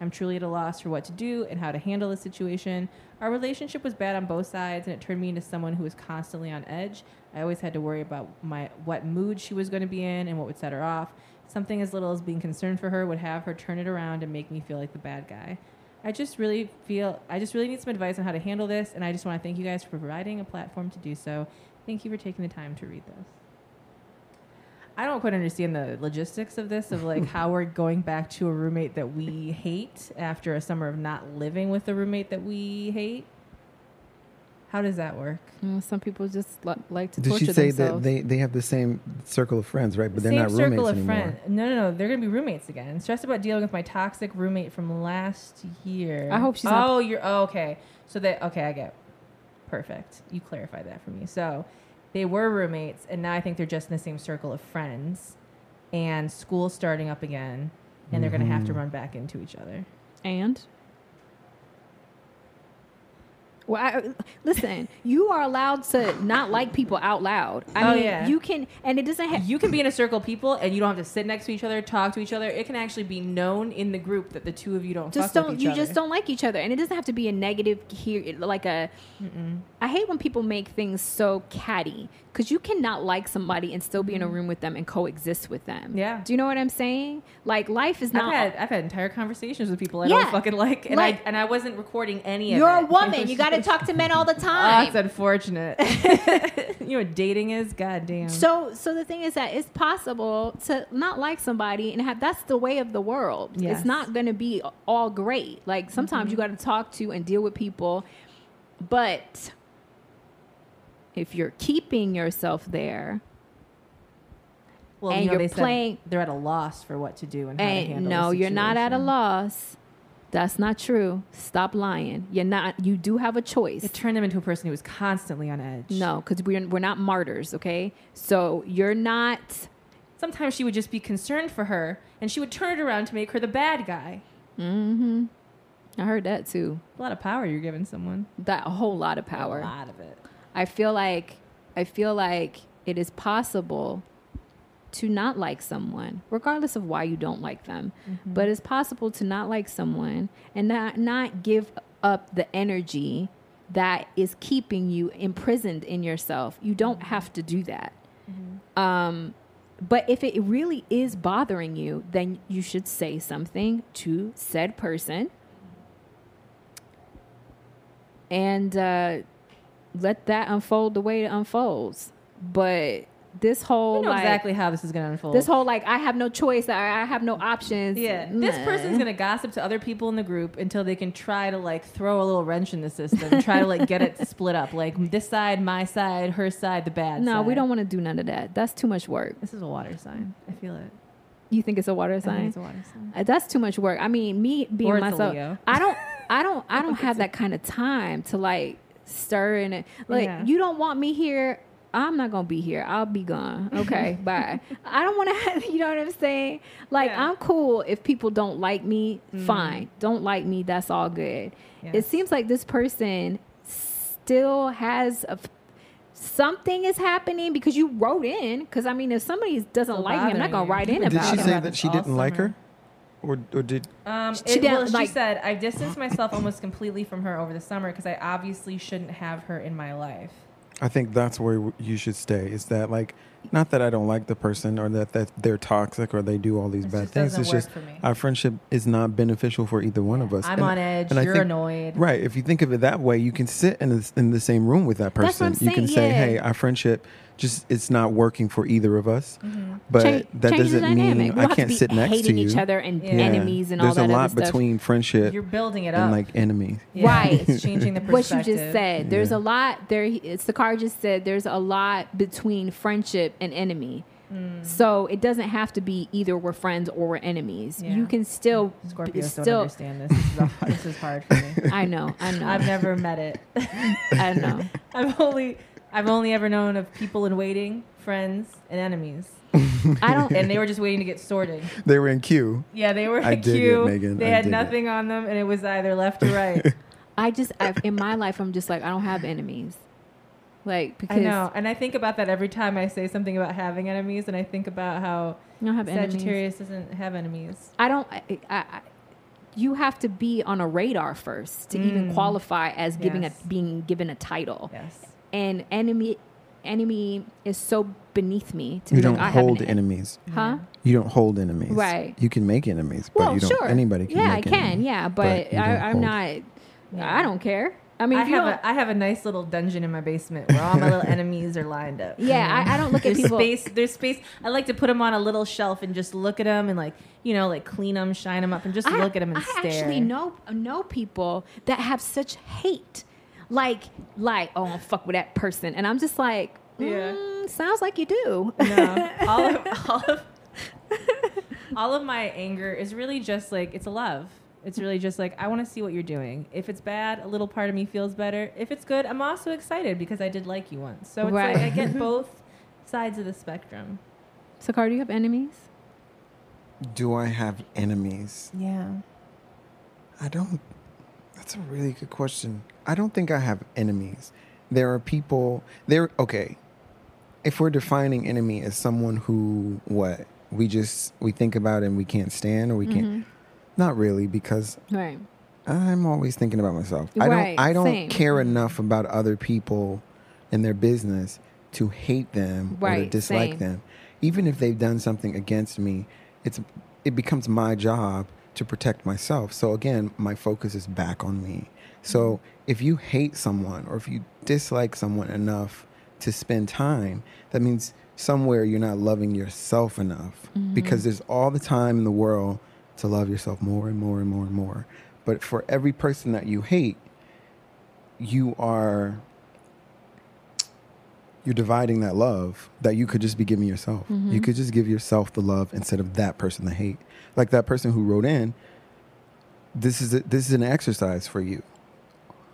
Speaker 1: I'm truly at a loss for what to do and how to handle the situation. Our relationship was bad on both sides, and it turned me into someone who was constantly on edge. I always had to worry about my what mood she was going to be in and what would set her off. Something as little as being concerned for her would have her turn it around and make me feel like the bad guy. I just really feel I just really need some advice on how to handle this, and I just want to thank you guys for providing a platform to do so. Thank you for taking the time to read this. I don't quite understand the logistics of this, of like how we're going back to a roommate that we hate after a summer of not living with a roommate that we hate. How does that work?
Speaker 2: Mm, Some people just li- like to
Speaker 3: Did
Speaker 2: torture
Speaker 3: she say
Speaker 2: themselves.
Speaker 3: that they, they have the same circle of friends, right? But they're not roommates anymore.
Speaker 1: friend- No, no, no. They're gonna be roommates again. Stressed about dealing with my toxic roommate from last year.
Speaker 2: I hope she's
Speaker 1: Oh,
Speaker 2: not-
Speaker 1: you're oh, okay. So that okay, I get. Perfect. You clarified that for me. So they were roommates, and now I think they're just in the same circle of friends, and school starting up again, and they're gonna have
Speaker 3: Mm-hmm.
Speaker 1: to run back into each other.
Speaker 2: and. Well, I, listen. You are allowed to not like people out loud. I
Speaker 1: Oh,
Speaker 2: mean,
Speaker 1: yeah.
Speaker 2: you can, and it doesn't have.
Speaker 1: You can be in a circle of people, and you don't have to sit next to each other, talk to each other. It can actually be known in the group that the two of you don't
Speaker 2: just
Speaker 1: fuck
Speaker 2: don't
Speaker 1: with each
Speaker 2: you
Speaker 1: other.
Speaker 2: just don't like each other and it doesn't have to be a negative here like a. I hate when people make things so catty because you cannot like somebody and still be in a room with them and coexist with them
Speaker 1: Mm-hmm. Yeah.
Speaker 2: do you know what i'm saying like life is
Speaker 1: I've
Speaker 2: not
Speaker 1: had I've had entire conversations with people I
Speaker 2: Yeah.
Speaker 1: don't fucking like, and
Speaker 2: Like-
Speaker 1: I and I wasn't recording any
Speaker 2: you're a
Speaker 1: of it.
Speaker 2: woman you got to talk to men
Speaker 1: (laughs)
Speaker 2: all the
Speaker 1: Oh,
Speaker 2: time
Speaker 1: it's
Speaker 2: (laughs)
Speaker 1: unfortunate. you know what dating is? Goddamn.
Speaker 2: So, so the thing is that it's possible to not like somebody and have that's the way of the world.
Speaker 1: Yes. Mm-hmm.
Speaker 2: It's not going to be all great. Like sometimes you got to talk to and deal with people, but if you're keeping yourself there,
Speaker 1: Well,
Speaker 2: and
Speaker 1: you know,
Speaker 2: you're
Speaker 1: they said
Speaker 2: playing-
Speaker 1: they're at a loss for what to do and how to
Speaker 2: Hey,
Speaker 1: handle. the
Speaker 2: no, you're not at a
Speaker 1: situation.
Speaker 2: loss. That's not true. Stop lying. You're not. You do have a choice.
Speaker 1: It turned him into a person who was constantly on edge.
Speaker 2: No, because we're we're not martyrs. Okay, so you're not.
Speaker 1: Sometimes she would just be concerned for her, and she would turn it around to make her the bad guy.
Speaker 2: hmm I heard that too.
Speaker 1: A lot of power you're giving someone.
Speaker 2: That a whole lot of
Speaker 1: A
Speaker 2: power.
Speaker 1: lot of it.
Speaker 2: I feel like I feel like it is possible to not like someone, regardless of why you don't like them.
Speaker 1: Mm-hmm.
Speaker 2: But it's possible to not like someone and not not give up the energy that is keeping you imprisoned in yourself. You don't have to do that.
Speaker 1: Mm-hmm.
Speaker 2: Um, but if it really is bothering you, then you should say something to said person and uh, let that unfold the way it unfolds. But this whole
Speaker 1: You know
Speaker 2: like,
Speaker 1: exactly how this is going to unfold.
Speaker 2: this whole like I have no choice, I, I have no options.
Speaker 1: yeah, this
Speaker 2: Nah.
Speaker 1: person's gonna gossip to other people in the group until they can try to like throw a little wrench in the system, try to like get
Speaker 2: (laughs)
Speaker 1: it split up, like this side, my side, her side, the bad.
Speaker 2: No, we
Speaker 1: side.
Speaker 2: don't want to do none of that. That's too much work.
Speaker 1: This is a water sign. I feel it.
Speaker 2: You think it's a water
Speaker 1: I think
Speaker 2: sign?
Speaker 1: it's a water sign.
Speaker 2: Uh, That's too much work. I mean, me being
Speaker 1: Or it's a
Speaker 2: myself,
Speaker 1: Leo.
Speaker 2: I don't, I don't,
Speaker 1: (laughs)
Speaker 2: I don't have that kind of time to like stir in it. Like,
Speaker 1: Yeah.
Speaker 2: you don't want me here. I'm not gonna be here. I'll be gone.
Speaker 1: (laughs)
Speaker 2: Okay, bye. I don't want to have. (laughs) You know what I'm saying? Like,
Speaker 1: Yeah. Mm-hmm.
Speaker 2: I'm cool if people don't like me. Fine, don't like me. That's all good. It
Speaker 1: Yes.
Speaker 2: seems like this person still has a. f- Something is happening because you wrote in. Because I mean, if somebody doesn't
Speaker 1: Still
Speaker 2: like me, I'm
Speaker 1: bothering
Speaker 2: not gonna
Speaker 1: you.
Speaker 2: write in
Speaker 1: But
Speaker 3: Did
Speaker 2: about
Speaker 3: she
Speaker 2: it.
Speaker 1: About
Speaker 3: say
Speaker 1: it.
Speaker 3: that she
Speaker 1: All
Speaker 3: didn't like
Speaker 1: summer.
Speaker 3: her, or or did?
Speaker 1: Um, it,
Speaker 2: She didn't,
Speaker 1: well,
Speaker 2: like-
Speaker 1: she said, I've distanced myself almost completely from her over the summer because I obviously shouldn't have her in my life.
Speaker 3: I think that's where you should stay. Is that like, not that I don't like the person or that, that they're toxic or they do all these
Speaker 1: It
Speaker 3: bad
Speaker 1: just
Speaker 3: things.
Speaker 1: doesn't
Speaker 3: It's
Speaker 1: work
Speaker 3: just
Speaker 1: for me.
Speaker 3: our friendship is not beneficial for either one of us.
Speaker 1: I'm
Speaker 3: And-
Speaker 1: on edge.
Speaker 3: and I
Speaker 1: You're
Speaker 3: think-
Speaker 1: annoyed.
Speaker 3: Right. If you think of it that way, you can sit in the, in the same room with that person.
Speaker 2: That's what I'm
Speaker 3: you can
Speaker 2: saying,
Speaker 3: say,
Speaker 2: yeah.
Speaker 3: "Hey, our friendship just it's not working for either of us." But
Speaker 2: Mm-hmm. Change-
Speaker 3: that
Speaker 2: change the
Speaker 3: doesn't
Speaker 2: dynamic.
Speaker 3: mean
Speaker 2: We don't
Speaker 3: I
Speaker 2: have
Speaker 3: can't
Speaker 2: be
Speaker 3: sit next to
Speaker 2: hating
Speaker 3: you.
Speaker 2: each other and
Speaker 1: Yeah.
Speaker 3: Yeah.
Speaker 2: enemies and all
Speaker 3: There's
Speaker 2: that
Speaker 3: a lot
Speaker 2: other stuff.
Speaker 3: between friendship
Speaker 1: You're building it up.
Speaker 3: and like enemies.
Speaker 1: Yeah,
Speaker 2: Right.
Speaker 1: It's changing the
Speaker 2: (laughs) what
Speaker 1: perspective.
Speaker 2: you just said. There's a
Speaker 3: Yeah.
Speaker 2: lot there. It's the car just said. There's a lot between friendship and enemy. So it doesn't have to be either we're friends or we're enemies.
Speaker 1: Yeah.
Speaker 2: You can still
Speaker 1: Scorpios don't
Speaker 2: still.
Speaker 1: understand this. This is,
Speaker 2: (laughs)
Speaker 1: a, this is hard for me.
Speaker 2: I know. I (laughs) know.
Speaker 1: I've never met it.
Speaker 2: I know.
Speaker 1: I've only I've only ever known of people in waiting, friends, and enemies,
Speaker 2: I don't.
Speaker 1: and they were just waiting to get sorted.
Speaker 3: They were in queue.
Speaker 1: Yeah, they were in
Speaker 3: (laughs) I
Speaker 1: a
Speaker 3: dig it,
Speaker 1: queue.
Speaker 3: Megan.
Speaker 1: They
Speaker 3: I
Speaker 1: had
Speaker 3: dig it.
Speaker 1: nothing on them, and it was either left or
Speaker 3: (laughs)
Speaker 1: right.
Speaker 2: I just. i in my life, I'm just like I don't have enemies. Like because
Speaker 1: I
Speaker 2: I,
Speaker 1: know, and I think about that every time I say something about having enemies, and I think about how
Speaker 2: don't have enemies.
Speaker 1: Sagittarius doesn't have enemies.
Speaker 2: I don't. I, I, I, you have to be on a radar first to even qualify as giving
Speaker 1: Mm. Yes.
Speaker 2: a being given a title.
Speaker 1: Yes,
Speaker 2: And enemy, enemy is so beneath me to
Speaker 3: You
Speaker 2: be
Speaker 3: don't
Speaker 2: like, I have
Speaker 3: hold
Speaker 2: an en-
Speaker 3: enemies.
Speaker 2: huh?
Speaker 3: You don't hold enemies.
Speaker 2: Right.
Speaker 3: You can make enemies, but
Speaker 2: Well,
Speaker 3: you don't.
Speaker 2: sure.
Speaker 3: Anybody can.
Speaker 2: yeah, I
Speaker 3: make
Speaker 2: can.
Speaker 3: enemies.
Speaker 2: Yeah, but,
Speaker 3: you
Speaker 2: I,
Speaker 3: don't
Speaker 2: I'm
Speaker 3: hold.
Speaker 2: not.
Speaker 1: Yeah.
Speaker 2: I don't care. I mean,
Speaker 1: I
Speaker 2: if you
Speaker 1: have
Speaker 2: don't,
Speaker 1: a I have a nice little dungeon in my basement where all my
Speaker 3: (laughs)
Speaker 1: little enemies are lined up.
Speaker 2: yeah, I, I don't look at
Speaker 1: There's
Speaker 2: people.
Speaker 1: space. There's space. I like to put them on a little shelf and just look at them and like you know like clean them, shine them up, and just
Speaker 2: I,
Speaker 1: look at them and
Speaker 2: I
Speaker 1: stare.
Speaker 2: actually know know people that have such hate, like like oh fuck with that person, and I'm just like,
Speaker 1: Yeah.
Speaker 2: mm, sounds like you do. (laughs)
Speaker 1: No, all of all of all of my anger is really just like it's a love. It's really just like I want to see what you're doing. If it's bad, a little part of me feels better. If it's good, I'm also excited because I did like you once. So it's
Speaker 2: Right.
Speaker 1: like I
Speaker 2: (laughs)
Speaker 1: get both sides of the spectrum.
Speaker 2: Sakar, do you have enemies?
Speaker 3: Do I have enemies?
Speaker 1: Yeah.
Speaker 3: I don't. That's a really good question. I don't think I have enemies. There are people. There. Okay. If we're defining enemy as someone who what we just we think about and we can't stand or we can't.
Speaker 2: Mm-hmm.
Speaker 3: Not really, because
Speaker 2: Right.
Speaker 3: I'm always thinking about myself. I
Speaker 2: Right,
Speaker 3: don't I don't
Speaker 2: same.
Speaker 3: care enough about other people and their business to hate them or to
Speaker 2: Right,
Speaker 3: dislike
Speaker 2: same.
Speaker 3: them. Even if they've done something against me, it's it becomes my job to protect myself. So again, my focus is back on me. So
Speaker 2: Mm-hmm.
Speaker 3: if you hate someone or if you dislike someone enough to spend time, that means somewhere you're not loving yourself enough
Speaker 2: Mm-hmm.
Speaker 3: because there's all the time in the world to love yourself more and more and more and more. But for every person that you hate, you are you're dividing that love that you could just be giving yourself. You could just give yourself the love instead of that person the hate. Like that person who wrote in, this is a, this is an exercise for you.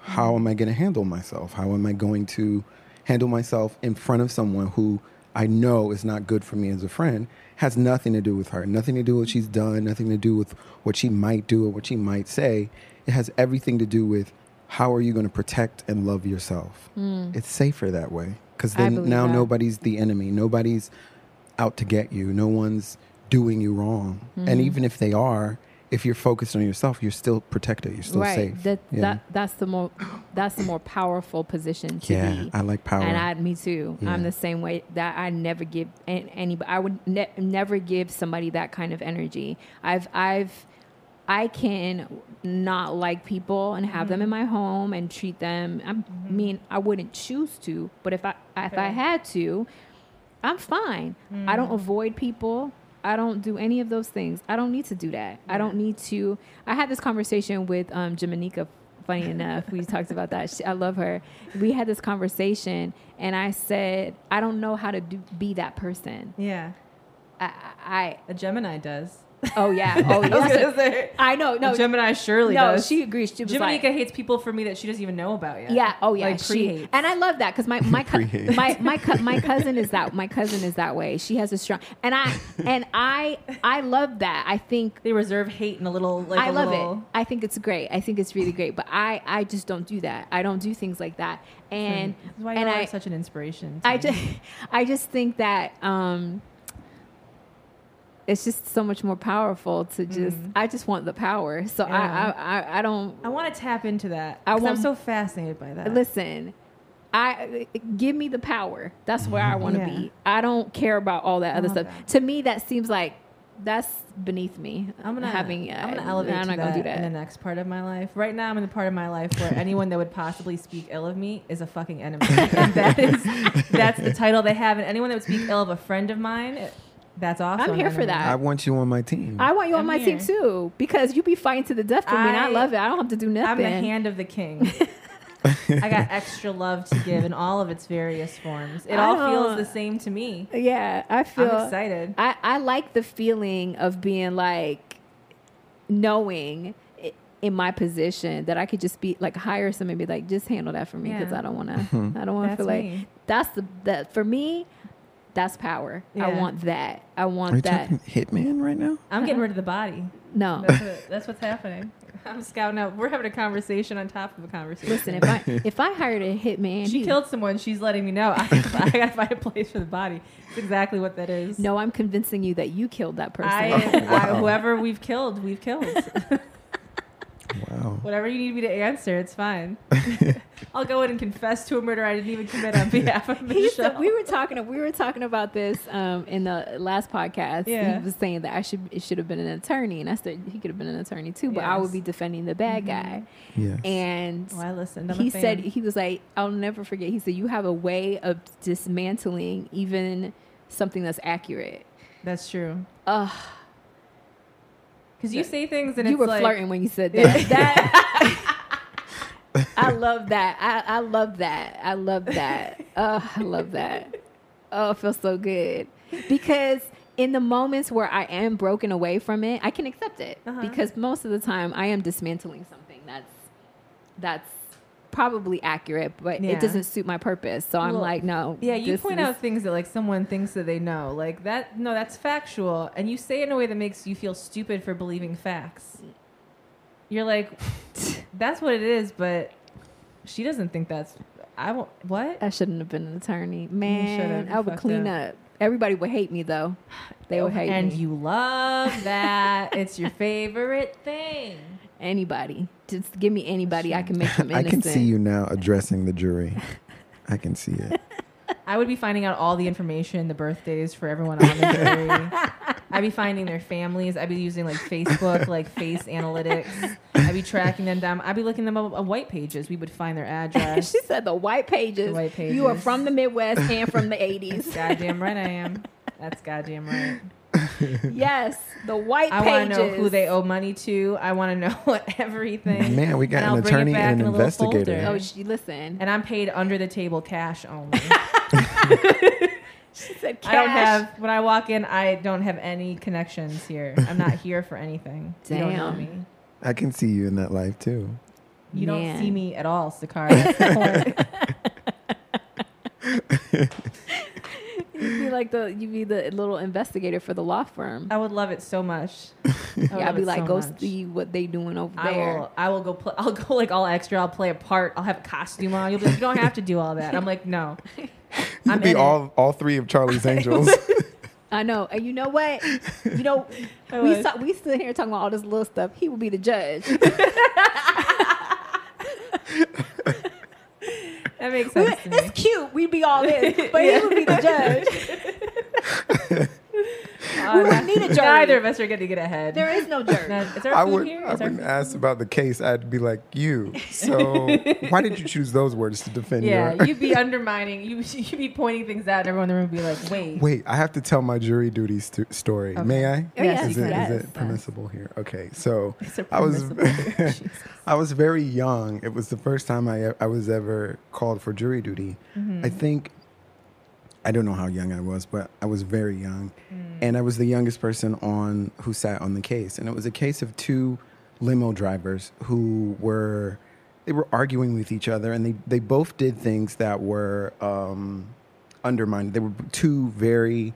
Speaker 3: How am I going to handle myself? How am I going to handle myself in front of someone who I know is not good for me as a friend? Has nothing to do with her, nothing to do with what she's done, nothing to do with what she might do or what she might say. It has everything to do with how are you going to protect and love yourself? It's safer that way because
Speaker 2: Hmm. I
Speaker 3: then
Speaker 2: believe
Speaker 3: now
Speaker 2: that.
Speaker 3: nobody's the enemy. Nobody's out to get you. No one's doing you wrong.
Speaker 2: Hmm.
Speaker 3: And even if they are, if you're focused on yourself, you're still protected. You're still
Speaker 2: right.
Speaker 3: safe.
Speaker 2: That,
Speaker 3: yeah.
Speaker 2: that that's the more that's the more powerful position to
Speaker 3: yeah,
Speaker 2: be.
Speaker 3: I like power.
Speaker 2: And I, me too.
Speaker 3: Yeah.
Speaker 2: I'm the same way that I never give an- anybody. I would ne- never give somebody that kind of energy. I've, I've, I can not like people and have them in my home and treat them. I mean, I wouldn't choose to, but if I if I
Speaker 1: Okay.
Speaker 2: had to, I'm fine. I
Speaker 1: Mm.
Speaker 2: don't avoid people. I don't do any of those things. I don't need to do that. I don't need to. I had this conversation with um, Jamanika. Funny enough, we talked about that. She, I love her. We had this conversation, and I said, I don't know how to do, be that person.
Speaker 1: Yeah.
Speaker 2: I, I,
Speaker 1: A Gemini does.
Speaker 2: I-
Speaker 1: (laughs)
Speaker 2: oh yeah, oh
Speaker 1: I was
Speaker 2: yeah.
Speaker 1: gonna say.
Speaker 2: I know. No,
Speaker 1: a Gemini surely
Speaker 2: no,
Speaker 1: does.
Speaker 2: she agrees. She was
Speaker 1: Jamaika
Speaker 2: like-
Speaker 1: hates people for me that she doesn't even know about yet.
Speaker 2: Yeah. Oh yeah.
Speaker 1: Like
Speaker 2: she
Speaker 1: pre-hate.
Speaker 2: and I love that because my my, cou-
Speaker 3: Pre-hate.
Speaker 2: my my cou- my cousin is that my cousin is that way. She has a strong and I and I I love that. I think
Speaker 1: they reserve hate in a little like
Speaker 2: I
Speaker 1: a
Speaker 2: love
Speaker 1: little,
Speaker 2: it. I think it's great. I think it's really great. But I I just don't do that. I don't do things like that. And
Speaker 1: That's why
Speaker 2: and
Speaker 1: you
Speaker 2: I
Speaker 1: are such an inspiration. to
Speaker 2: I
Speaker 1: me.
Speaker 2: just (laughs) I just think that um it's just so much more powerful to just I just want the power. So
Speaker 1: Mm. Yeah.
Speaker 2: I, I I I don't
Speaker 1: I want to tap into that.
Speaker 2: I
Speaker 1: I
Speaker 2: want-
Speaker 1: I'm so fascinated by that.
Speaker 2: Uh, listen i give me the power that's where i want to
Speaker 1: Mm-hmm. Yeah.
Speaker 2: be i don't care about all that other
Speaker 1: love
Speaker 2: stuff
Speaker 1: that.
Speaker 2: to me that seems like that's beneath me
Speaker 1: I'm gonna
Speaker 2: having uh,
Speaker 1: I'm gonna elevate
Speaker 2: i'm
Speaker 1: to
Speaker 2: not
Speaker 1: that
Speaker 2: gonna do that
Speaker 1: in the next part of my life. Right now, I'm in the part of my life
Speaker 2: (laughs)
Speaker 1: where anyone that would possibly speak ill of me is a fucking enemy. And that is that's the title they have. And anyone that would speak ill of a friend of mine, that's awesome.
Speaker 2: I'm here for that.
Speaker 3: I want you on my team.
Speaker 2: i want you on
Speaker 1: I'm
Speaker 2: my team
Speaker 1: here.
Speaker 2: too because you be fighting to the death for me and i
Speaker 1: I-
Speaker 2: love it i don't have to do
Speaker 1: I'm
Speaker 2: nothing
Speaker 1: the hand of the
Speaker 2: (laughs)
Speaker 1: king. I got extra love to give in all of its various forms. It
Speaker 2: I
Speaker 1: all
Speaker 2: don't-
Speaker 1: feels the same to me.
Speaker 2: yeah i feel
Speaker 1: I'm excited.
Speaker 2: I, I like the feeling of being like knowing i- in my position that I could just be like hire someone and be like just handle that for me because
Speaker 1: Yeah.
Speaker 2: I don't want
Speaker 3: (laughs) Mm-hmm.
Speaker 2: to I don't want to
Speaker 1: That's
Speaker 2: feel like
Speaker 1: me.
Speaker 2: that's the that for me that's power I
Speaker 1: Yeah.
Speaker 2: want that I want
Speaker 3: Are you
Speaker 2: that
Speaker 3: talking Hitman right now?
Speaker 1: I'm getting rid of the body.
Speaker 2: no (laughs)
Speaker 1: That's, what, that's what's happening. I'm scouting out. We're having a conversation on top of a conversation.
Speaker 2: listen if
Speaker 3: (laughs)
Speaker 2: I if I hired a hitman
Speaker 1: She
Speaker 2: he-
Speaker 1: killed someone. She's letting me know. (laughs) I, I gotta find a place for the body. That's exactly what that is.
Speaker 2: no I'm convincing you that you killed that person
Speaker 1: I, I whoever we've killed, we've
Speaker 2: (laughs)
Speaker 1: killed.
Speaker 3: Wow.
Speaker 1: Whatever you need me to answer, it's
Speaker 2: (laughs)
Speaker 1: fine. I'll go in and confess to a murder I didn't even commit on behalf (laughs) of
Speaker 2: He's
Speaker 1: Michelle.
Speaker 2: the, we were talking. We were talking about this um, in the last podcast.
Speaker 1: Yeah.
Speaker 2: He was saying that I should it should have been an attorney, and I said he could have been an attorney too, but I would
Speaker 1: Yes. Mm-hmm.
Speaker 2: be defending the bad guy.
Speaker 3: Yes.
Speaker 2: And
Speaker 1: oh, I listened. I'm a
Speaker 2: he
Speaker 1: fan.
Speaker 2: said he was like, I'll never forget. He said you have a way of dismantling even something that's accurate.
Speaker 1: that's true.
Speaker 2: Ugh,
Speaker 1: Because you say things and
Speaker 2: you
Speaker 1: it's
Speaker 2: were
Speaker 1: like, (laughs)
Speaker 2: flirting when you said that. that I love that. I, I love that. I love that. Oh, I love that. Oh, it feels so good. Because in the moments where I am broken away from it, I can accept it.
Speaker 1: Uh-huh.
Speaker 2: Because most of the time I am dismantling something that's that's probably accurate, but
Speaker 1: Yeah.
Speaker 2: it doesn't suit my purpose. So I'm
Speaker 1: Well,
Speaker 2: like, no.
Speaker 1: Yeah, you
Speaker 2: this
Speaker 1: point
Speaker 2: is-
Speaker 1: out things that like someone thinks that they know. Like that no, that's factual. And you say it in a way that makes you feel stupid for believing facts. You're
Speaker 2: (laughs)
Speaker 1: like that's what it is, but she doesn't think that's I won't what?
Speaker 2: I shouldn't have been an attorney.
Speaker 1: should've.
Speaker 2: Man, I
Speaker 1: You
Speaker 2: would
Speaker 1: fucked Oh,
Speaker 2: clean up. Everybody would hate me though. They would hate
Speaker 1: and
Speaker 2: me.
Speaker 1: you love that. it's your favorite thing.
Speaker 2: anybody. Just give me anybody I can make them
Speaker 3: (laughs) I
Speaker 2: innocent.
Speaker 3: can see you now addressing the jury.
Speaker 1: (laughs)
Speaker 3: I can see it.
Speaker 1: I would be finding out all the information, the birthdays for everyone on the
Speaker 2: (laughs)
Speaker 1: jury. I'd be finding their families. I'd be using like Facebook, like face analytics. I'd be tracking them down. I'd be looking them up on white pages. We would find their
Speaker 2: (laughs)
Speaker 1: address.
Speaker 2: she said the white pages.
Speaker 1: The white
Speaker 2: You are
Speaker 1: pages.
Speaker 2: from the Midwest and
Speaker 1: (laughs)
Speaker 2: from the 80s.
Speaker 1: goddamn right I am. That's goddamn right.
Speaker 2: yes, the white
Speaker 1: I want
Speaker 2: pages.
Speaker 1: to know who they owe money to. I want to know (laughs) what everything.
Speaker 3: Man, we got
Speaker 1: And
Speaker 3: an
Speaker 1: I'll bring it
Speaker 3: attorney
Speaker 1: back
Speaker 3: and
Speaker 1: in
Speaker 3: an
Speaker 1: a little folder.
Speaker 3: investigator.
Speaker 2: Oh, she listen. (laughs)
Speaker 1: And I'm paid under the table cash only.
Speaker 2: She said,
Speaker 1: I don't have when I walk in. I don't have any connections here. I'm not here for anything. You don't know
Speaker 2: Damn.
Speaker 1: me.
Speaker 3: I can see you in that life too.
Speaker 1: You
Speaker 2: Man.
Speaker 1: don't see me at all, Sakara. That's the
Speaker 2: (laughs)
Speaker 1: point.
Speaker 2: You'd be like the you'd be the little investigator for the law firm.
Speaker 1: I would love it so much.
Speaker 2: (laughs)
Speaker 1: I
Speaker 2: yeah, I'd be like, go
Speaker 1: go
Speaker 2: see what they doing over
Speaker 1: I
Speaker 2: there.
Speaker 1: will. I will go. Play, I'll (laughs) go like all extra. I'll play a part. I'll have a costume on. You'll be like, you don't have to do all that. I'm like,
Speaker 2: (laughs)
Speaker 1: no.
Speaker 3: You'll
Speaker 1: I'm
Speaker 3: be
Speaker 1: in it.
Speaker 3: all all three of Charlie's
Speaker 1: (laughs)
Speaker 3: Angels.
Speaker 2: I know, and you know what? You know,
Speaker 1: I
Speaker 2: we
Speaker 1: would.
Speaker 2: saw, we sit here talking about all this little stuff. He will be the judge.
Speaker 1: That makes sense to me.
Speaker 2: it's cute. We'd be all
Speaker 1: (laughs)
Speaker 2: this, but he would be the judge.
Speaker 1: Uh,
Speaker 2: would need
Speaker 1: (laughs)
Speaker 2: a jury.
Speaker 1: Neither of us are going to get ahead.
Speaker 2: There is no (laughs)
Speaker 1: No,
Speaker 2: judge.
Speaker 1: is there
Speaker 3: I
Speaker 1: food
Speaker 3: would
Speaker 1: here?
Speaker 3: I
Speaker 1: Is there
Speaker 3: wouldn't
Speaker 1: food?
Speaker 3: ask about the case. I'd be like,
Speaker 1: (laughs)
Speaker 3: you. So why did you choose those words to defend
Speaker 1: Yeah,
Speaker 3: your
Speaker 1: you'd be undermining. You (laughs) you'd be pointing things out, and everyone in the room would be like, "Wait,
Speaker 3: Wait, I have to tell my jury duty st- story.
Speaker 1: Okay.
Speaker 3: May I?
Speaker 2: Oh, yes,
Speaker 3: Is
Speaker 2: you
Speaker 3: it,
Speaker 2: can.
Speaker 3: is
Speaker 2: Yes.
Speaker 3: it permissible here? Okay, so
Speaker 1: It's a
Speaker 3: I was (laughs)
Speaker 1: permissible here. Jesus.
Speaker 3: I was very young. It was the first time I e, I was ever called for jury duty. I think I don't know how young I was, but I was very young, and I was the youngest person on who sat on the case, and it was a case of two limo drivers who were they were arguing with each other, and they they both did things that were um, undermined. They were two very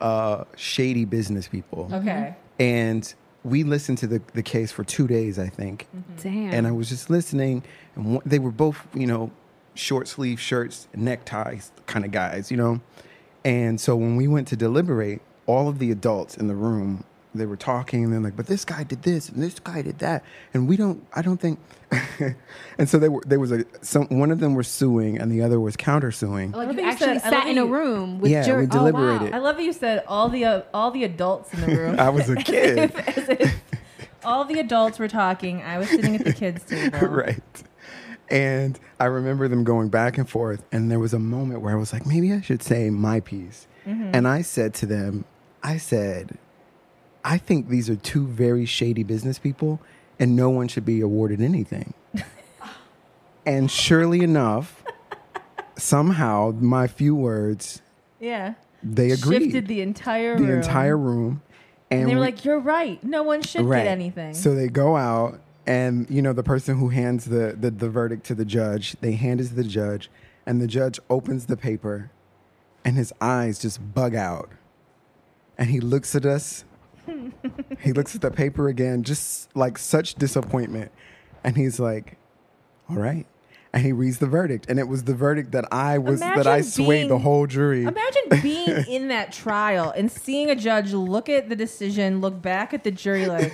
Speaker 3: uh, shady business people,
Speaker 1: okay,
Speaker 3: and we listened to the the case for two days, I think
Speaker 2: Damn.
Speaker 3: and I was just listening, and wh- they were both, you know, short sleeve shirts, neckties kind of guys, you know. And so when we went to deliberate, all of the adults in the room, they were talking, and they're like, "But this guy did this, and this guy did that, and we don't, I don't think." (laughs) and so they were, there was a some one of them were suing, and the other was countersuing.
Speaker 1: I
Speaker 2: like
Speaker 1: love
Speaker 2: you
Speaker 1: that you
Speaker 2: actually
Speaker 1: said- I love
Speaker 2: sat
Speaker 1: that
Speaker 2: in a
Speaker 1: you-
Speaker 2: room with
Speaker 3: Yeah,
Speaker 2: jury.
Speaker 3: we
Speaker 2: oh, wow.
Speaker 3: deliberated.
Speaker 1: I love that you said all the uh, all the adults in the
Speaker 2: (laughs)
Speaker 1: room.
Speaker 3: I was a (laughs) kid,
Speaker 1: (laughs) As if all the adults were talking. I was sitting at the
Speaker 3: (laughs)
Speaker 1: kids' (laughs) table.
Speaker 3: right? Um, And I remember them going back and forth, and there was a moment where I was like, maybe I should say my piece.
Speaker 1: Mm-hmm.
Speaker 3: And I said to them, I said, I think these are two very shady business people, and no one should be
Speaker 1: (laughs)
Speaker 3: awarded anything. and surely enough, somehow my few words,
Speaker 1: Yeah.
Speaker 3: they agreed.
Speaker 1: Shifted the entire
Speaker 3: The
Speaker 1: room.
Speaker 3: entire room. And,
Speaker 1: And they were
Speaker 3: we-
Speaker 1: like, "You're right. No one should
Speaker 3: Right.
Speaker 1: get anything."
Speaker 3: So they go out, and you know the person who hands the, the the verdict to the judge. They hand it to the judge, and the judge opens the paper, and his eyes just bug out, and he looks
Speaker 1: (laughs)
Speaker 3: at us. he looks at the paper again, just like such disappointment, and he's like, "All right." And he reads the verdict, and it was the verdict that I was that I
Speaker 1: Imagine
Speaker 3: swayed the
Speaker 1: being-
Speaker 3: whole jury. (laughs)
Speaker 1: Imagine being in that trial and seeing a judge look at the decision, look back at the jury,
Speaker 3: (laughs)
Speaker 1: like